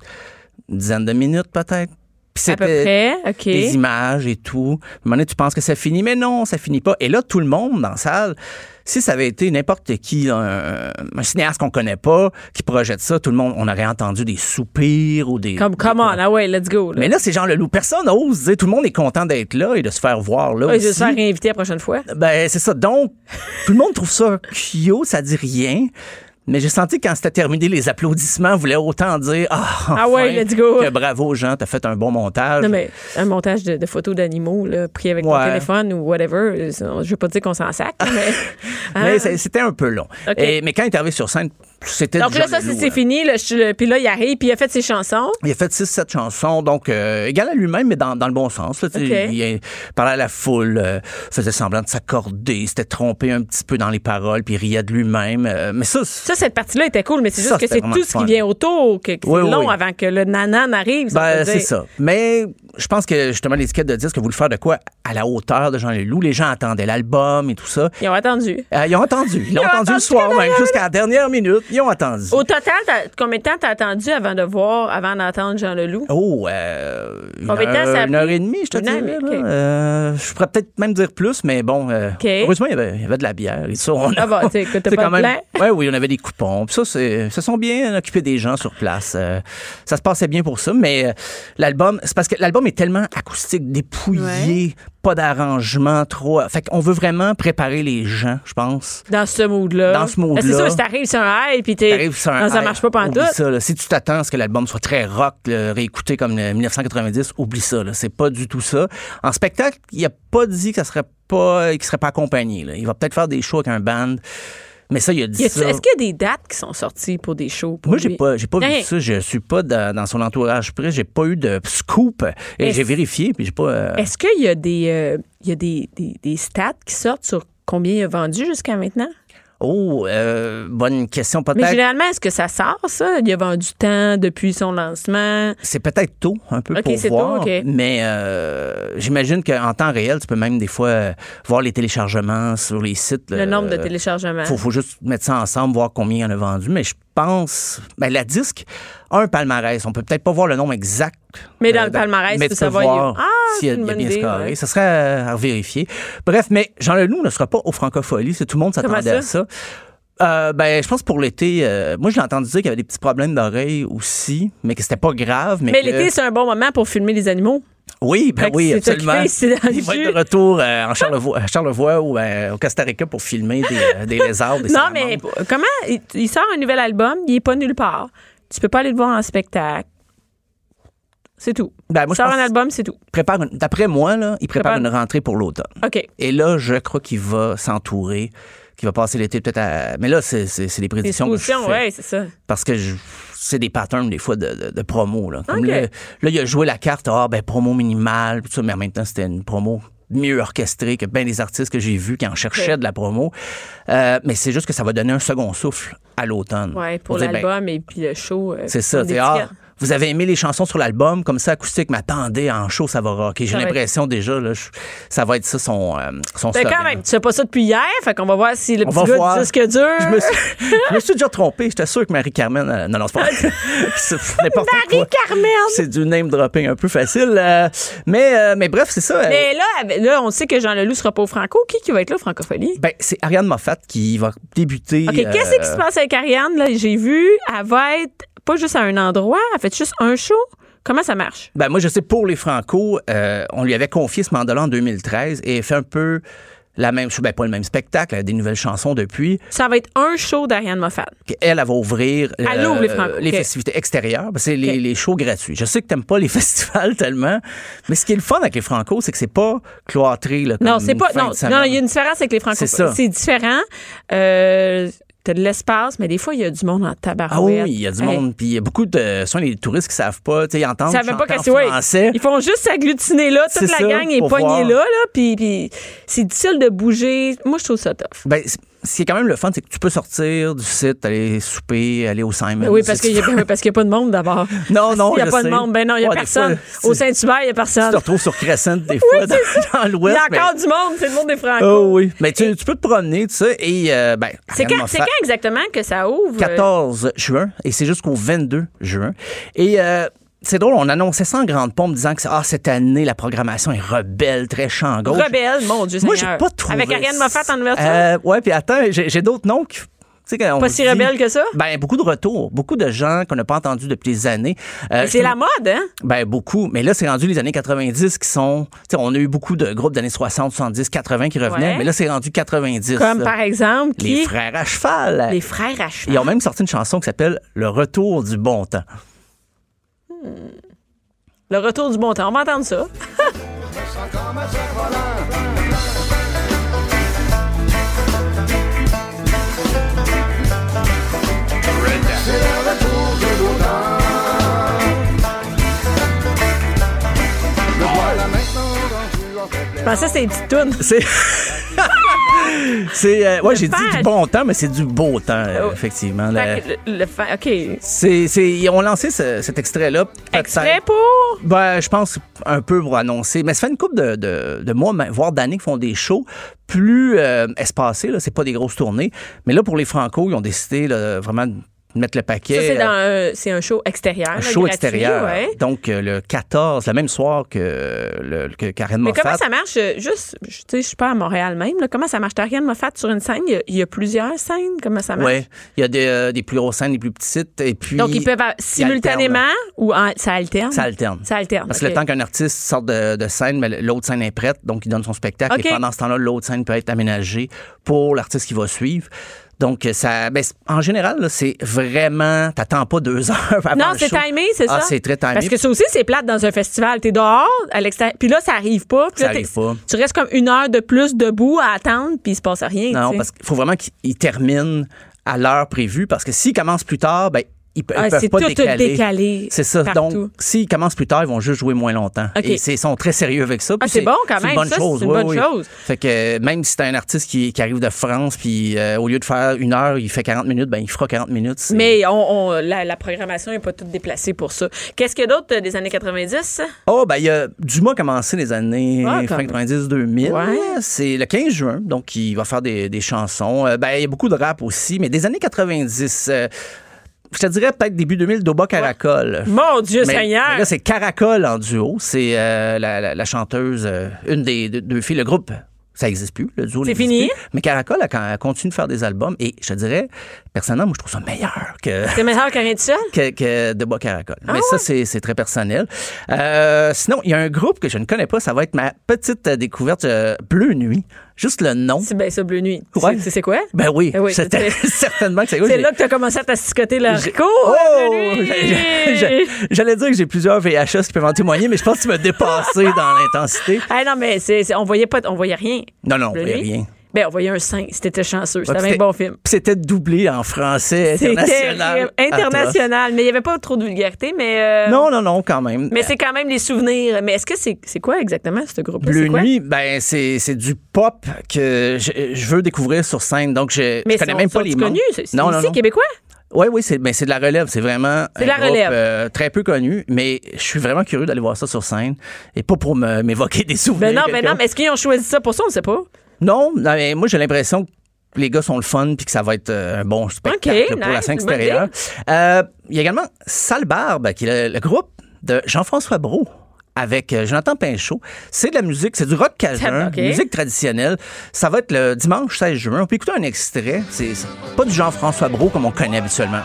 une dizaine de minutes peut-être. Puis À peu c'était près. OK. Des images et tout. À un moment donné, tu penses que ça finit, mais non, ça finit pas. Et là, tout le monde dans la salle, si ça avait été n'importe qui, là, un, un cinéaste qu'on connaît pas, qui projette ça, tout le monde, on aurait entendu des soupirs ou des... Comme, come on, ah ouais, let's go. Là. Mais là, c'est genre le loup. Personne n'ose dire, tout le monde est content d'être là et de se faire voir là Ouais, je vais aussi. se faire réinviter la prochaine fois. Ben, c'est ça. Donc, tout le monde trouve ça cute, ça dit rien. Mais j'ai senti que quand c'était terminé, les applaudissements voulaient autant dire Ah, enfin, ouais, let's go. que bravo, Jean, t'as fait un bon montage. Non, mais un montage de, de photos d'animaux là, pris avec ton Ouais. téléphone ou whatever, euh, je veux pas dire qu'on s'en [laughs] sac, mais. Mais Hein? c'est- c'était un peu long. OK. Et- mais quand il est arrivé sur scène, c'était Donc déjà là, ça, le c'est loup, c'est là. fini. là, je suis le- puis là, il arrive, puis il a fait ses chansons. Il a fait 6-7 chansons, donc euh, égal à lui-même, mais dans, dans le bon sens. là, tu sais. OK. il, euh, parlait à la foule, euh, faisait semblant de s'accorder, s'était trompé un petit peu dans les paroles, puis il riait de lui-même. euh, mais ça, Ça, c'est- cette partie-là était cool, mais c'est juste Ça, que c'était c'est vraiment tout ce fun. qui vient autour, que, que Oui, c'est oui, long oui. avant que le nanan arrive. si on Ben, peut c'est dire. ça. Mais je pense que justement, l'étiquette de disque a voulu faire de quoi à la hauteur de Jean Leloup. Les gens attendaient l'album et tout ça. Ils ont attendu. Euh, ils ont attendu. Ils l'ont ont attendu le attendu soir, jusqu'à même jusqu'à la dernière minute. Ils ont attendu. Au total, t'as- combien de temps t'as attendu avant de voir, avant d'entendre Jean Leloup? Oh, euh, une, Combien de temps ça a heure, une heure pris? et demie, je te Une heure et dirais. demie, là. ok. Euh, je pourrais peut-être même dire plus, mais bon, euh, heureusement, il y, avait, il y avait de la bière. Et ça, on Ah bah, tu sais, [laughs] écoute, t'as c'est pas quand de même- Ouais, oui, on avait des coupons. Puis ça, c'est- se sont bien occupés des gens sur place. Euh, ça se passait bien pour ça, mais euh, l'album, c'est parce que l'album est tellement acoustique, dépouillé, pas d'arrangement, trop. Fait qu'on veut vraiment préparer les gens, je pense. Dans ce mood-là. Dans ce mood-là. Ah, C'est ça, si t'arrives, c'est un high, puis t'es. T'arrives sur un non, ça air, marche pas pantoute. oublie ça, là. Si tu t'attends à ce que l'album soit très rock, là, réécouté comme le 1990, oublie ça. là. C'est pas du tout ça. En spectacle, il a pas dit que ça serait pas, qu'il serait pas accompagné. là. Il va peut-être faire des shows avec un band, mais ça, il a dit Y a-tu- ça. Est-ce qu'il y a des dates qui sont sorties pour des shows? pour Moi, j'ai lui? pas, j'ai pas Hey. vu ça. Je suis pas dans, dans son entourage près. J'ai pas eu de scoop. Et Est-ce- j'ai vérifié, puis j'ai pas. euh, Est-ce qu'il y a des, euh, il y a des, des, des stats qui sortent sur combien il a vendu jusqu'à maintenant? Oh, euh, bonne question. Mais Peut-être. généralement, est-ce que ça sort, ça? Il a vendu tant depuis son lancement. C'est peut-être tôt, un peu Ok, c'est pour tôt, voir. ok. Mais euh, j'imagine qu'en temps réel, tu peux même des fois euh, voir les téléchargements sur les sites. Le là. nombre de Euh, téléchargements. Faut, faut juste mettre ça ensemble, voir combien il y en a vendu. Mais je pense, ben, la disque a un palmarès. On peut peut-être pas voir le nombre exact. Mais dans euh, le palmarès, mais tu tu peux peux savoir, voir il- Ah, s'il y a, c'est une il y a bonne bien idée, scoré. ouais. Ce serait à, à vérifier. Bref, mais Jean Leloup ne sera pas au Francofolie. C'est tout le monde Comment s'attendait à ça. Euh, ben, je pense pour l'été, euh, moi, j'ai entendu dire qu'il y avait des petits problèmes d'oreille aussi, mais que c'était pas grave. Mais, euh, Mais que- l'été, c'est un bon moment pour filmer les animaux. oui, Fait ben que oui, c'est absolument. occupé, [laughs] c'est dans le Il va jus. être de retour euh, en Charlevoix, à Charlevoix ou euh, au Costa Rica pour filmer des, euh, des lézards, des Non, salamandres. mais comment? Il, il sort un nouvel album, il est pas nulle part. Tu peux pas aller le voir en spectacle. C'est tout. Ben, moi, je sort pense- un album, c'est tout. prépare une- d'après moi, là, il prépare, Prépare- une rentrée pour l'automne. OK. Et là, je crois qu'il va s'entourer, qu'il va passer l'été peut-être à. Mais là, c'est, c'est, c'est des Des prédictions que je expositions, fais. ouais, c'est ça. Parce que je- c'est des patterns, des fois, de, de, de promo. Là. Comme OK. là, là, il a joué la carte, ah, ben, promo minimale, tout ça, mais en même temps, c'était une promo mieux orchestrée que bien des artistes que j'ai vus qui en cherchaient de la promo. Euh, mais c'est juste que ça va donner un second souffle à l'automne. Ouais, pour dire, ben, l'album et puis le show. euh, c'est ça. des t'sais, ah, tickets. vous avez aimé les chansons sur l'album, comme ça, acoustique, mais attendez, en show, ça va rocker. J'ai Ça va être- l'impression déjà, là, je- ça va être ça son, euh, son Ben, slogan. quand même, tu fais pas ça depuis hier, fait qu'on va voir si le On petit va gars voir. du disque dur. Je me, suis, je me suis déjà trompé. J'étais sûr que Marie-Carmen. euh, non, non, c'est pas [laughs] vrai. C'est n'importe quoi. Marie-Carmen! C'est du name dropping un peu facile. euh, mais, euh, mais bref, c'est ça. euh, Mais là, avec- là, on sait que Jean Leloup sera pas au Franco. Qui, qui va être là au Francophonie? ben, c'est Ariane Moffat qui va débuter. OK, qu'est-ce qui euh, se passe avec Ariane? Là, j'ai vu, elle va être pas juste à un endroit, elle fait juste un show. Comment ça marche? Ben moi, je sais, pour les Franco, euh, on lui avait confié ce mandat-là en 2013 et elle fait un peu la même chose. Ben, pas le même spectacle, elle a des nouvelles chansons depuis. Ça va être un show d'Ariane Moffat. Puis Elle, elle va ouvrir euh, Elle ouvre les Franco, ok. festivités extérieures. Ben, C'est les, Ok. les shows gratuits. Je sais que t'aimes pas les [laughs] festivals tellement, mais ce qui est le fun avec les Franco, c'est que c'est pas cloîtré. Là, comme Non, c'est une pas. fin Non, de non, semaine. il y a une différence avec les Franco. C'est ça. différent. Euh, T'as de l'espace, mais des fois, il y a du monde en tabarouette. Ah oui, il y a du Hey. monde. Puis il y a beaucoup de. Souvent, les touristes qui savent pas, tu sais, ils entendent. Ils savaient pas chanter que en c'est ouais, français. Ils font juste s'agglutiner là, toute C'est la ça, gang est pour poignée voir. là, là puis, puis c'est difficile de bouger. Moi, je trouve ça tough. Ben, c- ce qui est quand même le fun, c'est que tu peux sortir du site, aller souper, aller au Simon. oui, parce qu'il n'y a, oui, [laughs] parce qu'il y a pas de monde d'abord. Non, non, Il n'y a je pas de sais. monde. Ben non, il n'y a Ouais, des personne. fois, Au c'est- Saint-Hubert, il n'y a Tu te personne. retrouves sur [laughs] Crescent des fois dans, dans Il y l'Ouest. a mais- encore du monde, c'est le monde des Franco. Oh oui. Mais tu, tu peux te promener, tu sais, et euh, ben. C'est rien de quand, me c'est faire. quand exactement que ça ouvre? euh, 14 juin et c'est jusqu'au 22 juin. Et euh, c'est drôle, on annonçait ça en grande pompe disant que ah, cette année, la programmation est rebelle, très champ gauche. Rebelle, mon Dieu Moi, j'ai Seigneur. pas trouvé. Avec Ariane Moffat en ouverture? Euh, ouais, puis attends, j'ai j'ai d'autres noms qui. tu sais, qu'on Pas si dit- rebelle que ça? Ben, beaucoup de retours, beaucoup de gens qu'on n'a pas entendus depuis des années. Euh, Mais c'est je- la mode, hein? Ben, beaucoup. Mais là, c'est rendu les années 90 qui sont. tu sais, on a eu beaucoup de groupes d'années 60, 70, 80 qui revenaient, Ouais. mais là, c'est rendu 90. Comme là. par exemple, Les qui? frères à cheval. Les frères à cheval. Ils ont même sorti une chanson qui s'appelle Le retour du bon temps. Le retour du bon temps. On va entendre ça. Je pensais que c'était une petite toune. C'est. [laughs] c'est. euh, ouais, j'ai dit frère- du bon temps, mais c'est du beau temps, euh, Oh. effectivement. là. Fait que Le, le fa- OK. C'est, c'est- ils ont lancé ce- cet extrait-là. peut-être. Extrait pour... Ben, je pense un peu pour annoncer. Mais ça fait une couple de, de, de mois, mais- voire d'années, qui font des shows plus euh, espacés. Là, c'est pas des grosses tournées. Mais là, pour les Franco, ils ont décidé là, vraiment de mettre le paquet. Ça, c'est dans euh, un, c'est un show extérieur. un là, show gratuit, extérieur. ouais. Donc, euh, le 14, le même soir que, euh, le, que Karen Mais Moffat. comment ça marche? euh, Juste, je- tu sais, je suis pas à Montréal même. là. Comment ça marche? T'as rien de me faire sur une scène? Il y a- il y, a plusieurs scènes. Comment ça marche? Oui, il y a des, euh, des plus grosses scènes, des plus petites. Et puis, Donc, ils peuvent euh, simultanément ou en- ça alterne? Ça alterne. Ça alterne. Parce ok. que le temps qu'un artiste sorte de, de scène, mais l'autre scène est prête, donc il donne son spectacle. OK. Et pendant ce temps-là, l'autre scène peut être aménagée pour l'artiste qui va suivre. Donc, ça, ben, c'est- en général, là, c'est vraiment, t'attends pas deux [laughs] heures avant Non, le c'est show. timé, c'est Ah, ça? c'est très timé. Parce que ça aussi, c'est plate dans un festival. T'es dehors, à l'extérieur. Puis là, ça arrive pas. Puis Ça là, t'es- arrive pas. Tu restes comme une heure de plus debout à attendre, puis il se passe rien. tu Non, sais. parce qu'il faut vraiment qu'il termine à l'heure prévue, parce que s'il commence plus tard, ben, ils, pe- ils Ah, peuvent c'est pas tout décaler. décalé C'est ça. partout. Donc, s'ils commencent plus tard, ils vont juste jouer moins longtemps. OK. Ah, Et c'est- ils sont très sérieux avec ça. Puis c'est bon quand C'est même. une bonne Ça, c'est chose. une oui, bonne oui. chose. Fait que euh, même si t'as un artiste qui, qui arrive de France, puis euh, au lieu de faire une heure, il fait 40 minutes, ben il fera 40 minutes. C'est- Mais on, on- la, la programmation n'est pas toute déplacée pour ça. Qu'est-ce qu'il y a d'autre euh, des années 90? Oh, ben il y a Dumas a commencé les années Ah, quand fin même. 90-2000. Ouais. C'est le 15 juin, donc il va faire des, des chansons. Euh, ben il y a beaucoup de rap aussi, mais des années 90. euh, je te dirais peut-être début 2000, Doba Caracol. Mon Dieu Mais- Seigneur! mais là, c'est Caracol en duo. C'est euh, la, la- la chanteuse, euh, une des deux, deux filles. Le groupe, ça n'existe plus. Le duo, C'est n'existe fini? plus. Mais Caracol, elle, elle continue de faire des albums. Et je te dirais, personnellement, moi, je trouve ça meilleur que. [laughs] C'est meilleur qu'un rien de seul? Que, que de bois caracol. Ah Mais ça, c'est- c'est très personnel. Euh, sinon, il y a un groupe que je ne connais pas. Ça va être ma petite euh, découverte euh, Bleu Nuit. Juste le nom. C'est bien ça, Bleu Nuit. Ouais. Tu sais c'est quoi? Ben oui, Ben oui, c'était c'est- [laughs] certainement que c'est c'est j'ai- là que tu as commencé à t'asticoter le j'ai- haricot. Oh! Bleu Nuit! J'ai- j'ai- j'ai- J'allais dire que j'ai plusieurs VHS qui peuvent en témoigner, mais je pense que tu [laughs] m'as dépassé dans l'intensité. Ah non, mais c'est, c'est- on voyait pas, on voyait rien. Non, non, on Bleu voyait Nuit? rien. Ben, on voyait un 5. C'était chanceux. C'était Ouais, un puis bon film. Puis c'était doublé en français C'était international. Atroce. international. Mais il n'y avait pas trop de vulgarité, mais. euh, Non, non, non, quand même. Mais c'est quand même les souvenirs. Mais est-ce que c'est, c'est quoi exactement ce groupe-là? Bleu C'est quoi? Nuit, ben c'est c'est du pop que je, je veux découvrir sur scène. Donc je, Mais je connais sont- même pas sont-ils les connus. membres. C'est, c'est ici, québécois? Oui, oui, c'est ben, c'est de la relève. C'est vraiment C'est un de la groupe, relève. euh, très peu connu, mais je suis vraiment curieux d'aller voir ça sur scène et pas pour me- m'évoquer des souvenirs. Ben non, ben quelconques. non, mais est-ce qu'ils ont choisi ça pour ça? On ne sait pas. Non, non, mais moi j'ai l'impression que les gars sont le fun puis que ça va être euh, un bon spectacle Ok, là, pour la nice, scène bonne extérieure. Euh, Il y a également Sale Barbe qui est le, le groupe de Jean-François Brault avec euh, Jonathan Pinchot. C'est de la musique, c'est du rock cajun, ok. musique traditionnelle. Ça va être le dimanche 16 juin. On peut écouter un extrait. C'est c'est pas du Jean-François Brault comme on connaît habituellement.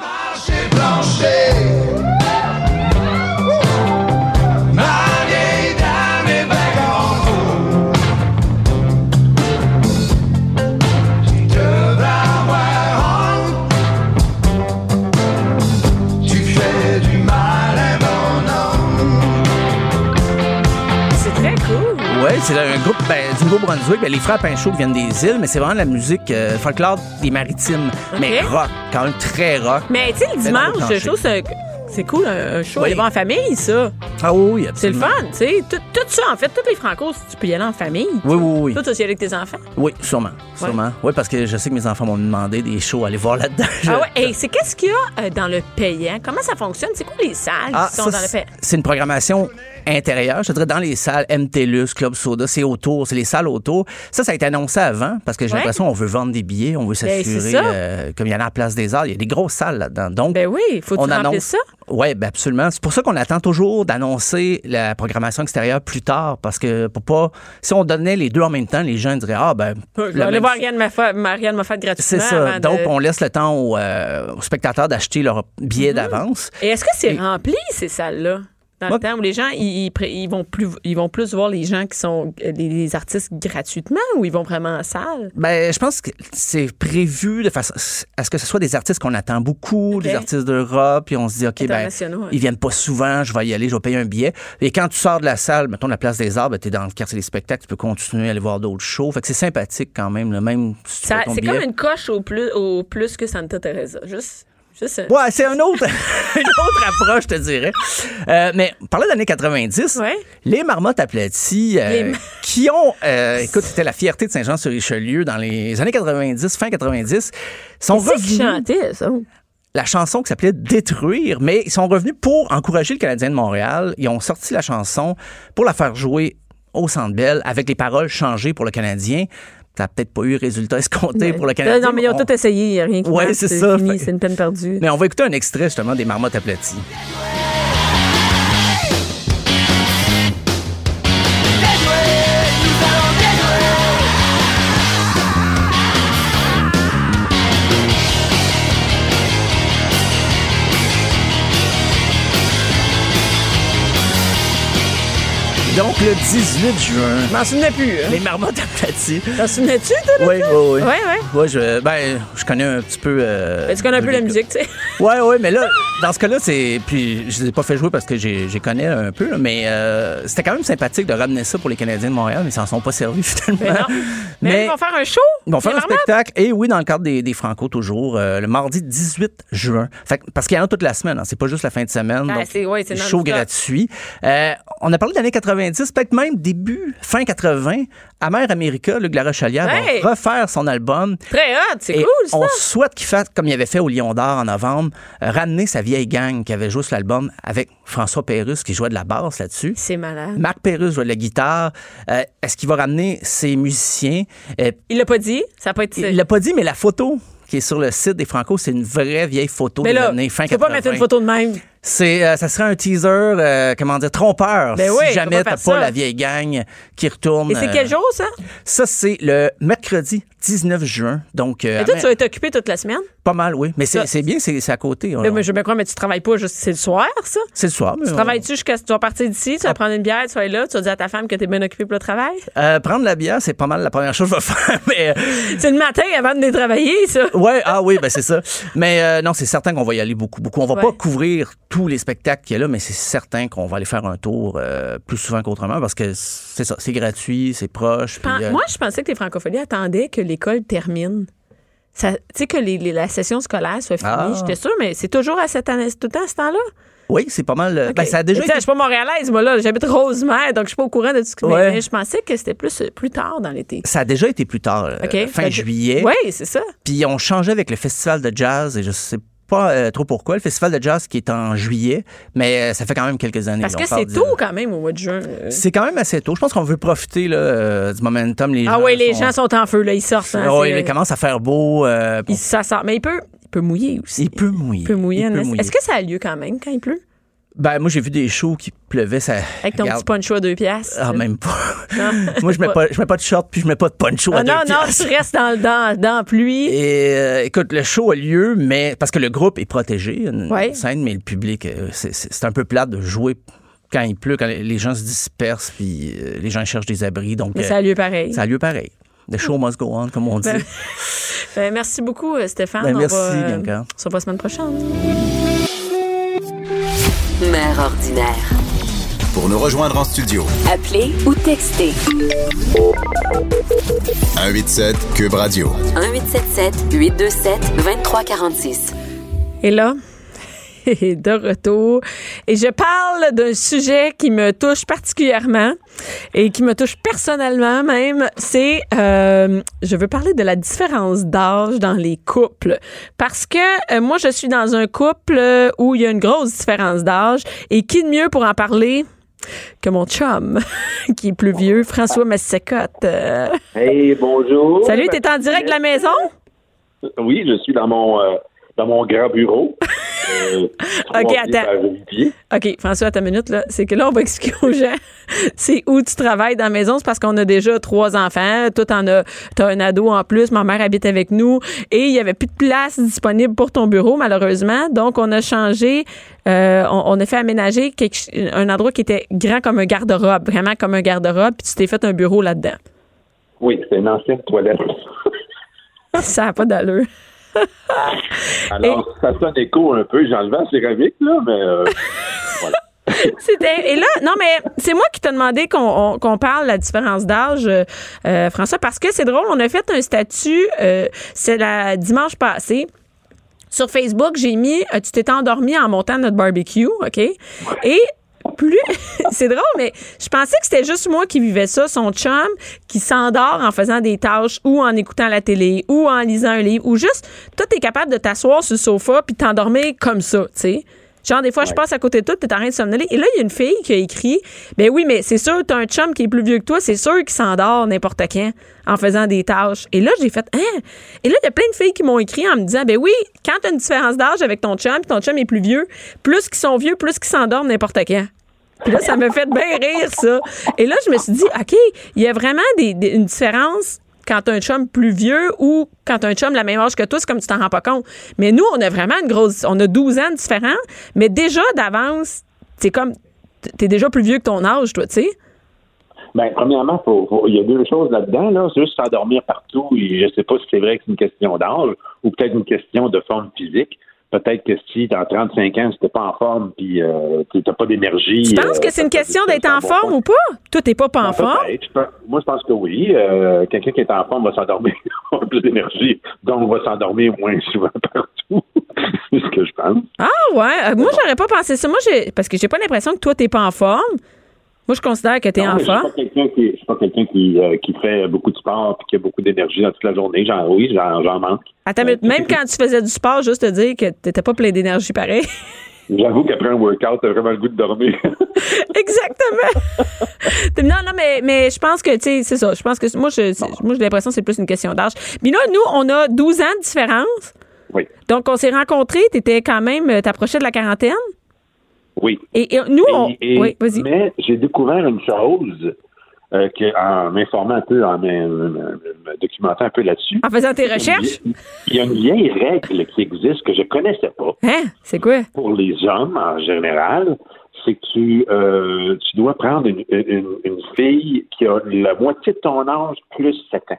Marcher, plancher. Ma vieille dame est vagabonde. Tu devras avoir honte. Tu fais du mal à mon homme. C'est très cool. Ouais, Soleil. C'est un groupe ben, du Nouveau-Brunswick. Ben, les frères Pinchot viennent des îles, mais c'est vraiment de la musique euh, folklore des maritimes. Mais Ok. rock, quand même très rock. Mais tu sais, le Mais dans le dimanche, plancher. je trouve ça- c'est cool, un un show Oui. devant en famille, ça. Ah oui, absolument. C'est le fun, tu sais. Tout, tout ça, en fait, tous les francos, tu peux y aller en famille. Oui, oui, oui. Toi, tu aussi avec tes enfants. Oui, sûrement. Sûrement. Oui, parce que je sais que mes enfants m'ont demandé des shows à aller voir là-dedans. Je- Ah ouais, et c'est qu'est-ce qu'il y a euh, dans le payant? Comment ça fonctionne? C'est quoi les salles Ah, qui sont ça, dans le c'est- payant? c'est une programmation intérieure, je te dirais dans les salles MTLUS, Club Soda, c'est autour, c'est les salles autour. Ça, ça a été annoncé avant parce que j'ai Ouais. l'impression qu'on veut vendre des billets, on veut Ben, c'est s'assurer, ça. euh, comme il y en a à la Place des Arts, il y a des grosses salles là-dedans. Donc, Ben oui, faut que on tu remplisses annonce ça. Oui, ben absolument. C'est pour ça qu'on attend toujours d'annoncer la programmation extérieure plus tard parce que pour pas, si on donnait les deux en même temps, les gens diraient ah ben Je vais le aller même- voir Ariane Moffat, Marianne Moffat gratuitement. c'est ça. avant Donc, de- on laisse le temps aux, euh, aux spectateurs d'acheter leur Mm-hmm. billet d'avance. Et est-ce que c'est Et- rempli, ces salles-là? Dans Moi- le temps où les gens, ils, ils pr- ils vont plus, ils vont plus voir les gens qui sont euh, les, les artistes gratuitement ou ils vont vraiment en salle? Ben, je pense que c'est prévu de façon à ce que ce soit des artistes qu'on attend beaucoup, Ok. des artistes d'Europe, puis on se dit, OK, ben, Internationaux, ouais. ils viennent pas souvent, je vais y aller, je vais payer un billet. Et quand tu sors de la salle, mettons, de la place des arbres, tu es dans le quartier des spectacles, tu peux continuer à aller voir d'autres shows. Fait que c'est sympathique quand même, le même si tu Ça- payes ton C'est billet. comme une coche au plus, au plus que Santa Teresa. Juste, juste euh, un- Ouais, c'est un autre, [laughs] une autre approche, je te dirais. Euh, mais parlant des années 90, Ouais. les marmottes aplaties, euh, Les mar- [laughs] qui ont, euh, écoute, c'était la fierté de Saint-Jean-sur-Richelieu dans les années 90, fin 90, sont C'est oh. qui revenus chantait, ça? la chanson qui s'appelait Détruire, mais ils sont revenus pour encourager le Canadien de Montréal. Ils ont sorti la chanson pour la faire jouer au Centre Bell avec les paroles changées pour le Canadien. Ça n'a peut-être pas eu le résultat [laughs] escompté pour le Canadien. Euh, Non, mais ils ont On- tout essayé, il n'y a rien qui Ouais, marche, c'est ça. fini, Fait- C'est une peine perdue. mais on va écouter un extrait justement des marmottes aplaties. Donc le 18 juin, Je m'en souvenais plus. hein. les marmottes aplaties. T'en souvenais-tu, toi? Oui, oui, oui. Ouais, ouais. Ouais, je, ben, je connais un petit peu. euh, Ben, tu connais un peu de- la musique, [laughs] tu sais. Ouais, ouais, mais là, dans ce cas-là, c'est. Puis, je les ai pas fait jouer parce que j'ai- j'y connais un peu, là, mais euh, c'était quand même sympathique de ramener ça pour les Canadiens de Montréal, mais ils s'en sont pas servis [laughs] finalement. Mais non. Mais, ils vont faire un show. ils vont faire les un Marmottes. spectacle, et oui, dans le cadre des, des Franco, toujours, euh, le mardi 18 juin. Fait, que- parce qu'il y en a toute la semaine, hein, c'est pas juste la fin de semaine. Ah, donc, c'est- ouais, c'est des non-stop. shows gratuits. Euh, on a parlé des années 90, peut-être même début, fin 80. Amère America, Luc Larochalière Hey! va refaire son album. Très hot, c'est Et cool, ça. on souhaite qu'il fasse, comme il avait fait au Lion d'Or en novembre, euh, ramener sa vieille gang qui avait joué sur l'album avec François Pérusse qui jouait de la basse là-dessus. C'est malade. Marc Pérusse jouait de la guitare. Euh, Est-ce qu'il va ramener ses musiciens? Euh, Il l'a pas dit. Ça a pas été. il l'a pas dit, mais la photo qui est sur le site des Franco, c'est une vraie vieille photo mais des là, années fin tu peux pas mettre 80. une photo de même. C'est, euh, ça serait un teaser, euh, comment dire, trompeur. Ben si oui, faut jamais pas t'as faire ça. pas la vieille gang qui retourne. Et c'est euh, quel jour, ça? Ça, c'est le mercredi 19 juin. Donc, euh, Mais toi, à- tu vas être occupé toute la semaine. Pas mal, oui. Mais Ça- c'est c'est bien, c'est c'est à côté. On- Là, mais je veux bien croire, mais tu travailles pas juste. C'est le soir, ça? C'est le soir. mais Tu on- travailles-tu jusqu'à ce que tu vas partir d'ici, Ah. tu vas prendre une bière, tu vas être là, tu vas dire à ta femme que t'es bien occupé pour le travail? [laughs] Euh, prendre la bière, c'est pas mal la première chose que je vais [laughs] faire. Mais C'est le matin avant de les travailler, ça. euh, ouais, ah oui, ben c'est ça. Mais euh, non, c'est certain qu'on va y aller beaucoup, beaucoup. On va pas Ouais. couvrir tous les spectacles qu'il y a là, mais c'est certain qu'on va aller faire un tour euh, plus souvent qu'autrement parce que c'est ça, c'est gratuit, c'est proche. puis, Pen- euh, Moi, je pensais que les francophonies attendaient que l'école termine. Ça- Tu sais, que les- les- la session scolaire soit finie. Ah. J'étais sûre, mais c'est toujours à cette année, tout le temps à ce temps-là. oui, c'est pas mal. euh, ben, Ok. ça a déjà Tu sais, été Je suis pas montréalaise, moi, là. J'habite Rosemère, donc je suis pas au courant de tout ce que... mais- Ouais. Mais je pensais que c'était plus, euh, plus tard dans l'été. ça a déjà été plus tard, euh, Ok. Ben, fin Fait que- juillet. Oui, c'est ça. Puis on changeait avec le festival de jazz et je sais pas euh, trop pourquoi. Le festival de jazz qui est en juillet, mais euh, ça fait quand même quelques années. Parce là, que on parle c'est du- tôt quand même au mois de juin. euh. C'est quand même assez tôt. Je pense qu'on veut profiter là, euh, du momentum. Les Ah gens oui, les sont- gens sont en feu, là. Ils sortent. hein, Ah ouais, c'est- il commence à faire beau. euh, ils- ça sort. Mais il peut, il peut mouiller aussi. il peut mouiller. Il peut mouiller. il en peut est- mouiller. Est-ce que ça a lieu quand même quand il pleut? Ben, moi, j'ai vu des shows qui pleuvaient. Ça... Avec ton Regarde. petit poncho à deux piastres. Ah, même pas. [laughs] [laughs] Non. moi, je mets pas, je mets pas de short puis je mets pas de poncho Ah à deux non, non, piastres. tu restes dans, le- dans, dans la pluie. Et euh, écoute, le show a lieu, mais parce que le groupe est protégé, une Ouais. scène, mais le public, euh, c'est- c'est c'est un peu plate de jouer quand il pleut, quand les gens se dispersent, puis euh, les gens cherchent des abris. Donc, Mais euh, ça a lieu pareil. ça a lieu pareil. The show must go on, comme on dit. Ben, Ben, merci beaucoup, euh, Stéphane. Ben, On merci, va, euh, Bianca. On se revoit la semaine prochaine. Mère ordinaire. pour nous rejoindre en studio. Appelez ou textez 187 Cube Radio. 1877 827 2346. Et là, [laughs] de retour. Et je parle d'un sujet qui me touche particulièrement et qui me touche personnellement même. C'est, euh, je veux parler de la différence d'âge dans les couples. Parce que euh, moi, je suis dans un couple euh, où il y a une grosse différence d'âge. Et qui de mieux pour en parler que mon chum, [laughs] qui est plus vieux, François Massécotte. Euh, Hey, bonjour. salut, t'es en direct de la maison? Oui, je suis dans mon, euh, dans mon grand bureau. Euh, surmonté attends. par huit pieds. OK, François, à ta minute, là, c'est que là, on va expliquer aux gens [laughs] c'est où tu travailles dans la maison. C'est parce qu'on a déjà trois enfants. Toi, t'en as, t'as un ado en plus. Ma mère habite avec nous. Et il y avait plus de place disponible pour ton bureau, malheureusement. Donc, on a changé, euh, on, on a fait aménager quelque ch- un endroit qui était grand comme un garde-robe, vraiment comme un garde-robe. Puis tu t'es fait un bureau là-dedans. Oui, c'est une ancienne toilette. Ça n'a pas d'allure. [laughs] Alors, ça sonne écho un peu. J'ai enlevé la céramique, là, mais euh, [laughs] C'était. Et là, non, mais c'est moi qui t'ai demandé qu'on on- qu'on parle de la différence d'âge, euh, euh, François, parce que c'est drôle, on a fait un statut, euh, c'est la dimanche passé. Sur Facebook, j'ai mis euh, Tu t'es endormi en montant notre barbecue, OK? Et plus. [laughs] c'est drôle, mais je pensais que c'était juste moi qui vivais ça, son chum, qui s'endort en faisant des tâches ou en écoutant la télé ou en lisant un livre ou juste. Toi, t'es capable de t'asseoir sur le sofa puis t'endormir comme ça, tu sais. Genre, des fois, je passe à côté de toi, puis t'es en train de somnoler. Et là, il y a une fille qui a écrit Ben oui, mais c'est sûr, t'as un chum qui est plus vieux que toi, c'est sûr qu'il s'endort n'importe quand en faisant des tâches. Et là, j'ai fait Hein? Et là, il y a plein de filles qui m'ont écrit en me disant Ben oui, quand t'as une différence d'âge avec ton chum, puis ton chum est plus vieux, plus qu'ils sont vieux, plus qu'ils s'endorment n'importe quand. Puis là, ça me fait bien rire, ça. Et là, je me suis dit, OK, il y a vraiment des, des- une différence quand t'as un chum plus vieux ou quand t'as un chum la même âge que toi, c'est comme tu t'en rends pas compte. Mais nous, on a vraiment une grosse... On a 12 ans différents, mais déjà d'avance, c'est comme... T'es déjà plus vieux que ton âge, toi, tu sais. ben, premièrement, faut- faut- il y a deux choses là-dedans. Là. C'est juste s'endormir partout. Et je sais pas si c'est vrai que c'est une question d'âge ou peut-être une question de forme physique. Peut-être que si, dans 35 ans, si t'es pas en forme puis euh, t'as pas d'énergie... Tu penses que c'est une question d'être en forme ou pas? Toi, t'es pas, pas en forme. Peut-être. Je pense- Moi, je pense que oui. Euh, Quelqu'un qui est en forme va s'endormir. [laughs] On a plus d'énergie. Donc, on va s'endormir moins souvent partout. [laughs] c'est ce que je pense. Ah ouais? Euh, moi, j'aurais pas pensé ça. Moi, j'ai... Parce que j'ai pas l'impression que toi, t'es pas en forme. Moi, je considère que t'es Non, en mais je suis forme. pas quelqu'un qui, je suis pas quelqu'un qui, euh, qui fait beaucoup de sport et qui a beaucoup d'énergie dans toute la journée. J'en, oui, j'en, j'en manque. Attends, mais même quand tu faisais du sport, juste te dire que t'étais pas plein d'énergie pareil. J'avoue qu'après un workout, t'as vraiment le goût de dormir. [laughs] Exactement. [laughs] non, non, mais, mais je pense que, tu sais, c'est ça. Je pense que moi, je, c'est- moi, j'ai l'impression que c'est plus une question d'âge. Mais là, nous, on a 12 ans de différence. oui. Donc, on s'est rencontrés. T'étais quand même, euh, t'approchais de la quarantaine. Oui. Et, et nous, on. Et- et- Oh, oui, vas-y. Mais j'ai découvert une chose euh, que, en m'informant un peu, en m'in- me documentant un peu là-dessus. En faisant tes recherches. Il y a une vieille règle qui existe que je connaissais pas Hein? C'est quoi? pour les hommes en général, c'est que tu, euh, tu dois prendre une, une- une fille qui a la moitié de ton âge plus 7 ans.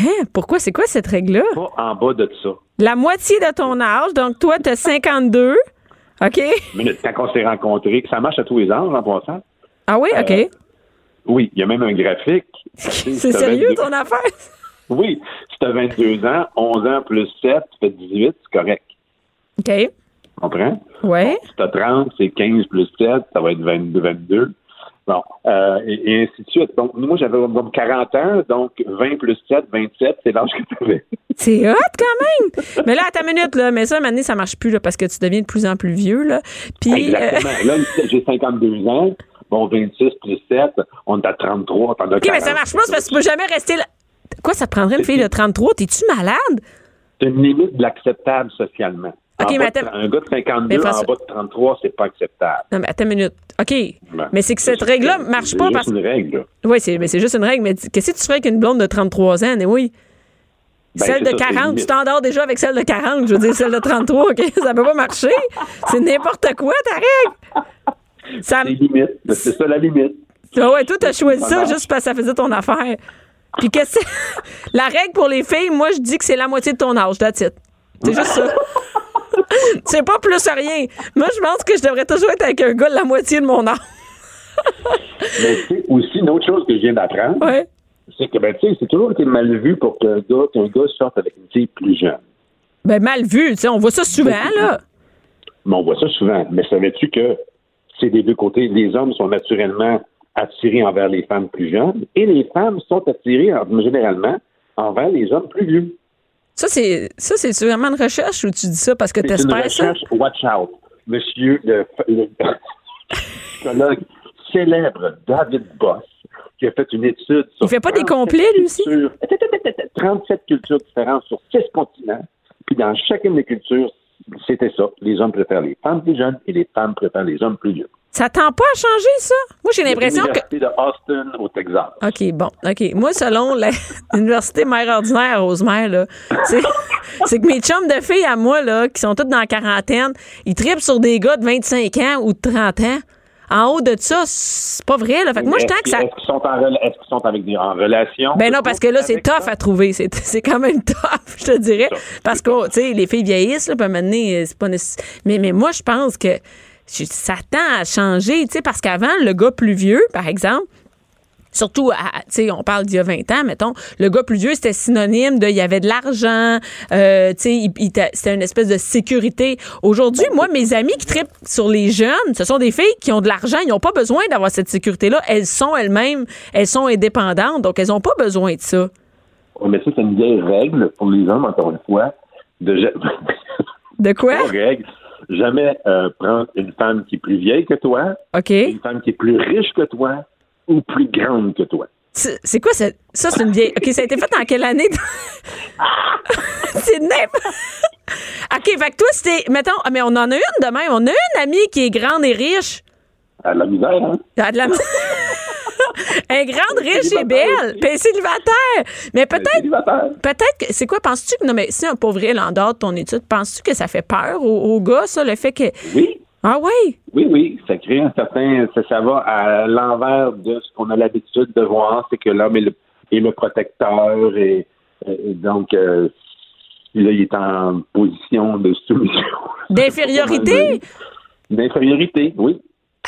Hein? Pourquoi? C'est quoi cette règle-là? Pas en bas de ça. La moitié de ton âge. Donc, toi, t'as 52. OK? Mais le- quand on s'est rencontrés, que ça marche à tous les âges en passant. Ah Euh, oui? OK. Oui, il y a même un graphique. c'est sérieux, ton affaire? Oui, si tu as 22 ans, 11 ans plus 7, tu fais 18, c'est correct. OK. Tu comprends? Ouais. Si t'as 30, c'est 15 plus 7, ça va être 22, 22. Bon, euh, et, et ainsi de suite. Donc, moi, j'avais comme 40 ans, donc 20 plus 7, 27, c'est l'âge que t'avais. C'est hot quand même! Mais là, à ta minute, là, mais ça, maintenant, ça marche plus là, parce que tu deviens de plus en plus vieux. Là. Puis, euh, Exactement. Là, j'ai 52 ans, bon, 26 plus 7, on est à 33, t'en [laughs] as OK, mais ça marche pas c'est parce que tu peux jamais rester là. Quoi, ça te prendrait une fille de 33? T'es-tu malade? C'est une limite de l'acceptable socialement. Ok, En mais bas de- attends. Un gars de Mais 52 en François- bas de 33, c'est pas acceptable. Non, mais à ta minute. OK. Ben, Mais c'est que cette c'est- règle-là marche c'est pas juste parce que. une règle, là. Oui, c'est, mais c'est juste une règle. Mais dis- qu'est-ce que tu ferais avec une blonde de 33 ans? Et oui. Ben, celle c'est de ça, c'est 40, limite. tu t'endors déjà avec celle de 40. Je veux dire, celle de 33, OK? [laughs] Ça peut pas marcher. C'est n'importe quoi, ta règle. Ça, C'est limite. Ben, C'est ça la limite. Ah ouais, toi, t'as choisi ça Voilà. juste parce que ça faisait ton affaire. Puis qu'est-ce que [laughs] c'est- La règle pour les filles, moi, je dis que c'est la moitié de ton âge, that's it. C'est juste [laughs] ça. c'est pas plus rien. Moi, je pense que je devrais toujours être avec un gars de la moitié de mon âge. Mais tu sais, aussi, une autre chose que je viens d'apprendre, Ouais. c'est que, ben, tu sais, c'est toujours été mal vu pour qu'un gars, qu'un gars sorte avec une fille plus jeune. Ben, mal vu, tu sais, on voit ça souvent, là. Mais on voit ça souvent. Mais savais-tu que c'est des deux côtés? Les hommes sont naturellement attirés envers les femmes plus jeunes et les femmes sont attirées, en- généralement, envers les hommes plus vieux. Ça, c'est ça, c'est vraiment une recherche ou tu dis ça parce que C'est une t'espères ça? recherche Watch Out. Monsieur le, le [laughs] psychologue célèbre David Boss, qui a fait une étude sur. Il fait pas des 37 complets, lui aussi? cultures- 37 cultures différentes sur 6 continents. Puis dans chacune des cultures, c'était ça. Les hommes préfèrent les femmes plus jeunes et les femmes préfèrent les hommes plus vieux. Ça tend pas à changer, ça? Moi, j'ai l'impression que. L'université de Austin au Texas. OK, bon, OK. Moi, selon la- [laughs] l'université mère ordinaire à Rosemère, là, c'est [laughs] c'est que mes chums de filles à moi, là, qui sont toutes dans la quarantaine, ils tripent sur des gars de 25 ans ou de 30 ans. En haut de ça, c'est pas vrai, là. Fait que moi, je Est-ce tends que qu'ils- ça. Est-ce qu'ils sont, en, rela- est-ce qu'ils sont avec des, en relation? Ben non, parce que là, c'est Avec ça? tough hein. à trouver. C'est [laughs] c'est quand même tough, je te dirais. Parce que, tu sais, les filles vieillissent, là, puis à un moment donné, euh, c'est pas nécessaire. Mais, mais moi, je pense que je- ça tend à changer, tu sais, parce qu'avant, le gars plus vieux, par exemple, Surtout, à- à- tu sais, on parle d'il y a 20 ans, mettons, le gars plus vieux, c'était synonyme de, il y avait de l'argent, euh, tu sais, il- il t'a- c'était une espèce de sécurité. Aujourd'hui, moi, mes amis qui tripent sur les jeunes, ce sont des filles qui ont de l'argent, ils n'ont pas besoin d'avoir cette sécurité-là. Elles sont elles-mêmes, elles sont indépendantes, donc elles n'ont pas besoin de ça. Oh, mais ça, c'est une vieille règle pour les hommes, encore une fois, [laughs] de ja- De quoi? Trois règles. Jamais euh, prendre une femme qui est plus vieille que toi, OK. une femme qui est plus riche que toi ou plus grande que toi. C'est c'est quoi ça? Ça, c'est une vieille. OK, ça a été fait en quelle année? [laughs] c'est n'importe. [laughs] OK, fait que toi, c'était. Mettons, ah, mais on en a une de même. On a une amie qui est grande et riche. À la misère, hein? Elle a de la- [laughs] Elle est grande, riche et célibataire belle. aussi. Puis elle est célibataire. Mais peut-être. Célibataire. Peut-être que. C'est quoi, penses-tu que. Non, mais si un pauvre elle en dehors de ton étude, penses-tu que ça fait peur aux, aux gars, ça, le fait que. Oui, Ah oui? oui, oui. Ça crée un certain. Ça, ça va à l'envers de ce qu'on a l'habitude de voir, c'est que l'homme est le, est le protecteur et, et donc euh, là, il est en position de soumission. [laughs] D'infériorité? D'infériorité, oui.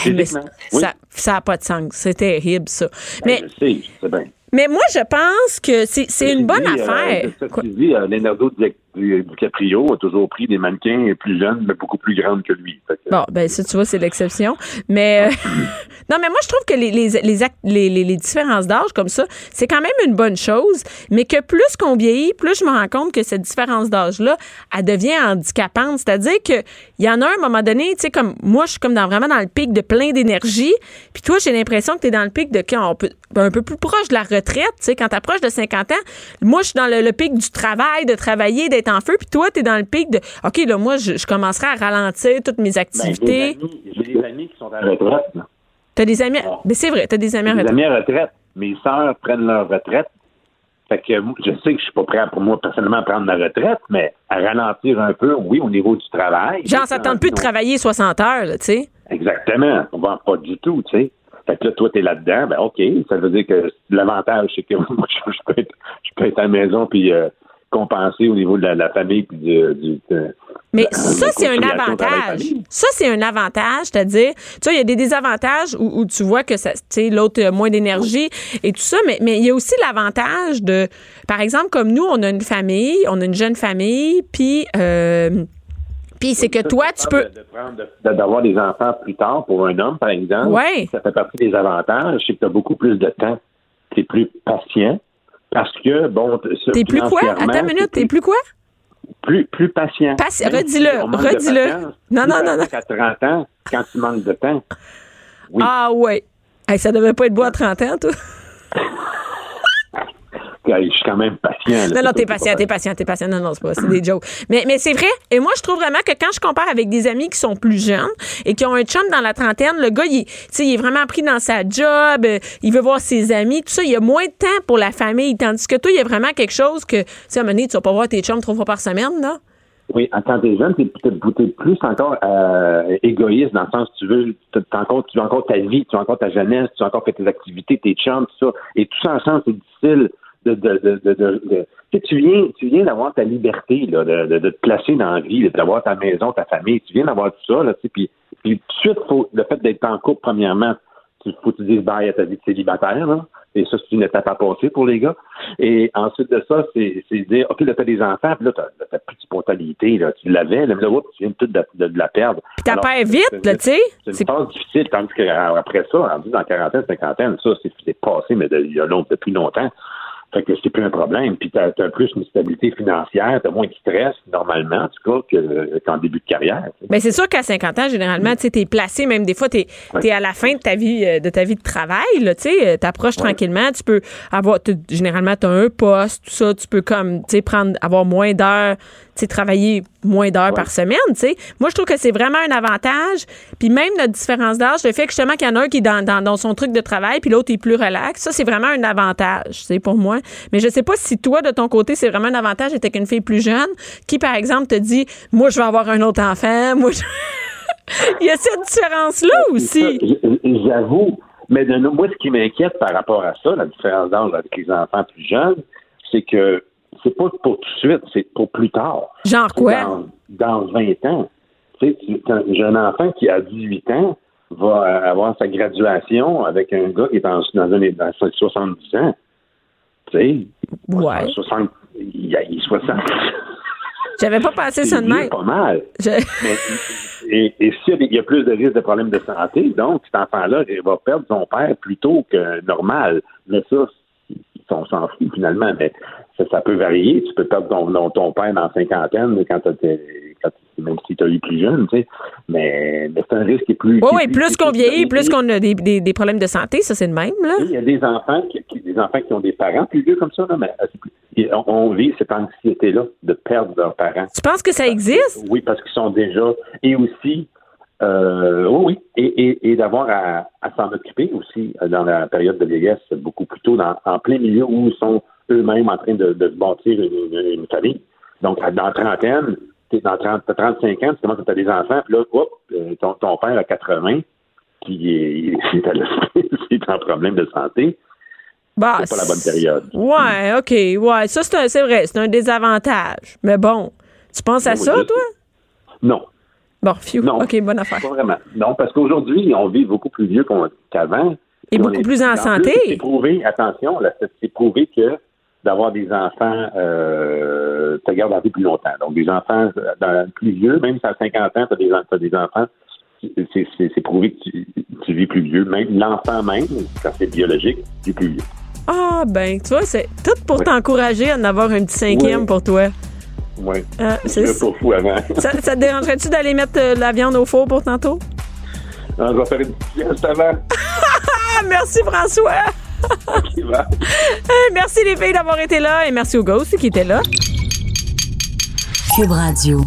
Eh, mais Physiquement, oui. ça ça n'a pas de sens. C'est terrible, ça. Mais, Ben, je sais, je sais bien. mais moi, je pense que c'est c'est une bonne Ceci dit, euh, affaire. ceci Quoi? dit, euh, Leonardo Di, Di- DiCaprio a toujours pris des mannequins plus jeunes, mais beaucoup plus grandes que lui. Fait que, Bon, ben ça, tu vois, c'est l'exception. Mais euh, [laughs] non, mais moi, je trouve que les, les, les, act- les, les- les différences d'âge comme ça, c'est quand même une bonne chose, mais que plus qu'on vieillit, plus je me rends compte que cette différence d'âge-là, elle devient handicapante. C'est-à-dire que il y en a un, à un moment donné, tu sais, comme moi, je suis comme dans, vraiment dans le pic de plein d'énergie, puis toi, j'ai l'impression que tu es dans le pic de quand on peut, un peu plus proche de la retraite, tu sais, quand t'approches de 50 ans, moi, je suis dans le, le pic du travail, de travailler, d'être en feu, puis toi, t'es dans le pic de, OK, là, moi, je, je commencerai à ralentir toutes mes ben, activités. j'ai des amis- J'ai des amis qui sont à la retraite. là. T'as des amis. Mais c'est vrai, t'as des amis en Mes retraite. amis à la retraite. Mes sœurs prennent leur retraite. Fait que moi, je sais que je suis pas prêt pour moi personnellement à prendre ma retraite, mais à ralentir un peu, oui, au niveau du travail. Genre, ça tente plus de travailler 60 heures, là, tu sais. Exactement. On vend pas du tout, tu sais. Fait que là, toi, t'es là-dedans, ben OK, ça veut dire que l'avantage, c'est que [laughs] moi, je, je peux être, je peux être à la maison puis euh, compenser au niveau de la, la famille puis du... du- de- Mais de- ça, de c'est un conciliation avantage. travail-famille. Ça, c'est un avantage, c'est-à-dire, tu vois, il y a des désavantages où, où tu vois que ça, tu sais, l'autre a moins d'énergie et tout ça, mais mais il y a aussi l'avantage de, par exemple, comme nous, on a une famille, on a une jeune famille, puis euh, puis c'est que Ça, toi, de tu prendre- peux. de prendre- de- D'avoir des enfants plus tard pour un homme, par exemple, Ouais. ça fait partie des avantages, c'est que tu as beaucoup plus de temps. Tu es plus patient parce que, bon... T'es plus quoi? Attends une minute, t'es plus quoi? plus, plus patient. Pati- Même redis-le, si on manque de redis-le. patience, Non, plus non, non, non. patient qu'à 30 ans, quand tu manques de temps. Oui. Ah ouais. Hey, ça devait pas être beau à 30 ans, toi. Hey, Je suis quand même patient. là. Non, non, C'est t'es pas- patient, t'es patient, t'es patient. Non, non, c'est pas, c'est des jokes. Mais, mais c'est vrai. Et moi, je trouve vraiment que quand je compare avec des amis qui sont plus jeunes et qui ont un chum dans la trentaine, le gars, il, est- tu sais, il est vraiment pris dans sa job, euh, il veut voir ses amis, tout ça. Il y a moins de temps pour la famille. Tandis que toi, il y a vraiment quelque chose que, tu sais, à un moment donné, tu vas pas voir tes chums trois fois par semaine, là. Oui, quand t'es jeune, t'es peut-être t'es plus encore euh, égoïste dans le sens tu veux, t'as encore, tu veux encore ta vie, tu veux encore ta jeunesse, tu veux encore faire tes activités, tes chums, tout ça. Et tout ça ensemble, c'est difficile de, de, de, de, de- de- tu sais, tu viens, tu viens d'avoir ta liberté, là, de, de, de te placer dans la vie, là, d'avoir ta maison, ta famille, tu viens d'avoir tout ça, là, tu sais, puis, puis tout de suite, faut, le fait d'être en couple, premièrement, tu tu, faut que tu dises bye à ta vie de célibataire. là. Et ça, c'est une étape à passer pour les gars. Et ensuite de ça, c'est c'est dire, OK, là, t'as des enfants, puis là, t'as là, t'as plus de spontanéité, là, tu l'avais, là, mais là, oups, tu viens tout de, de- de la perdre. Puis t'as Alors, pas vite, c'est- là, tu sais. C'est C'est- une phase difficile, tandis que euh, après ça, rendu dans quarantaine, cinquantaine, ça, c'est c'est passé, mais de- il y a long- depuis longtemps. Fait que c'est plus un problème. Puis t'as as plus une stabilité financière, t'as moins de stress, normalement, en tout cas, que- euh, qu'en début de carrière. tu sais. Ben c'est sûr qu'à 50 ans, généralement, tu es placé, même des fois, tu es, Ouais. à la fin de ta vie euh, de ta vie de travail, tu approches tranquillement, tu peux avoir, t'as- généralement, tu as un poste, tout ça, tu peux comme, tu sais, prendre, avoir moins d'heures, tu sais, travailler moins d'heures par semaine, tu sais. Moi, je trouve que c'est vraiment un avantage, puis même notre différence d'âge, le fait que justement qu'il y en a un qui est dans, dans, dans son truc de travail, puis l'autre est plus relax, ça, c'est vraiment un avantage, c'est pour moi. Mais je sais pas si toi, de ton côté, c'est vraiment un avantage d'être avec une fille plus jeune, qui, par exemple, te dit, moi, je vais avoir un autre enfant, moi, je... [laughs] Il y a cette différence-là aussi. Ça, j- J'avoue. Mais de, nous- moi, ce qui m'inquiète par rapport à ça, la différence d'âge avec les enfants plus jeunes, c'est que c'est pas pour tout de suite, c'est pour plus tard. Genre quoi? Dans, dans 20 ans. Tu sais, tu- un jeune enfant qui a 18 ans va avoir sa graduation avec un gars qui est dans, dans, un, dans 70 ans. Tu sais, Ouais. 60, il a- il est 60. J'avais pas pensé ça C'est de vieux même. pas mal. Je- Mais, et et s'il y a des- il y a plus de risques de problèmes de santé, donc cet enfant-là il va perdre son père plus tôt que normal. Mais ça, c'est- on s'en fout finalement, mais ça, ça peut varier. Tu peux perdre ton, ton, ton père dans la cinquantaine, quand t'as tes- quand, même si tu as eu plus jeune, tu sais. Mais, mais c'est un risque qui est plus. Oui, qui est oui, plus qu'on qui est vieillit, plus qu'on a des, des, des problèmes de santé, ça, c'est le même, là. il y a des enfants qui, qui- des enfants qui ont des parents plus vieux comme ça, là, mais et on, on vit cette anxiété-là de perdre leurs parents. Tu penses que ça existe? Oui, parce qu'ils sont déjà. Et aussi, euh, oui, oui, et, et, et d'avoir à, à s'en occuper aussi euh, dans la période de vieillesse, beaucoup plus tôt, dans, en plein milieu où ils sont eux-mêmes en train de, de se bâtir une, une- une famille. Donc, à- dans la trentaine, t'es dans 30, t'as 35 ans, tu commences à as des enfants, puis là, hop, euh, ton, ton père a 80, puis il est, il est à l'hôpital, [laughs] il est en problème de santé. Bah, c'est pas la bonne période. Ouais, OK, ouais. Ça, c'est un- c'est vrai, c'est un désavantage. Mais bon, tu penses à Oui, ça, je- toi? Non, Bon, phew. Non. OK, bonne affaire. Pas vraiment. Non, parce qu'aujourd'hui, on vit beaucoup plus vieux qu'on- Et qu'avant. Puis on beaucoup est- plus en santé. plus, C'est prouvé, attention, là, c'est c'est prouvé que d'avoir des enfants, euh, te garde en vie plus longtemps. Donc, des enfants euh, dans- plus vieux, même si à 50 ans, tu as des, en- t'as des enfants, c'est- c'est c'est prouvé que tu, tu vis plus vieux. Même l'enfant même, quand c'est biologique, vit plus vieux. Ah, ben, tu vois, c'est tout pour Oui. t'encourager à en avoir un petit cinquième Oui. pour toi. Oui. Ah, Je c'est- pas fou avant. [laughs] ça, ça te dérangerait-tu d'aller mettre euh, la viande au four pour tantôt? On va faire une petite sieste avant. [laughs] Ah, merci, François! Tu vas. Merci les filles d'avoir été là et merci aux gars aussi qui étaient là. Cube Radio.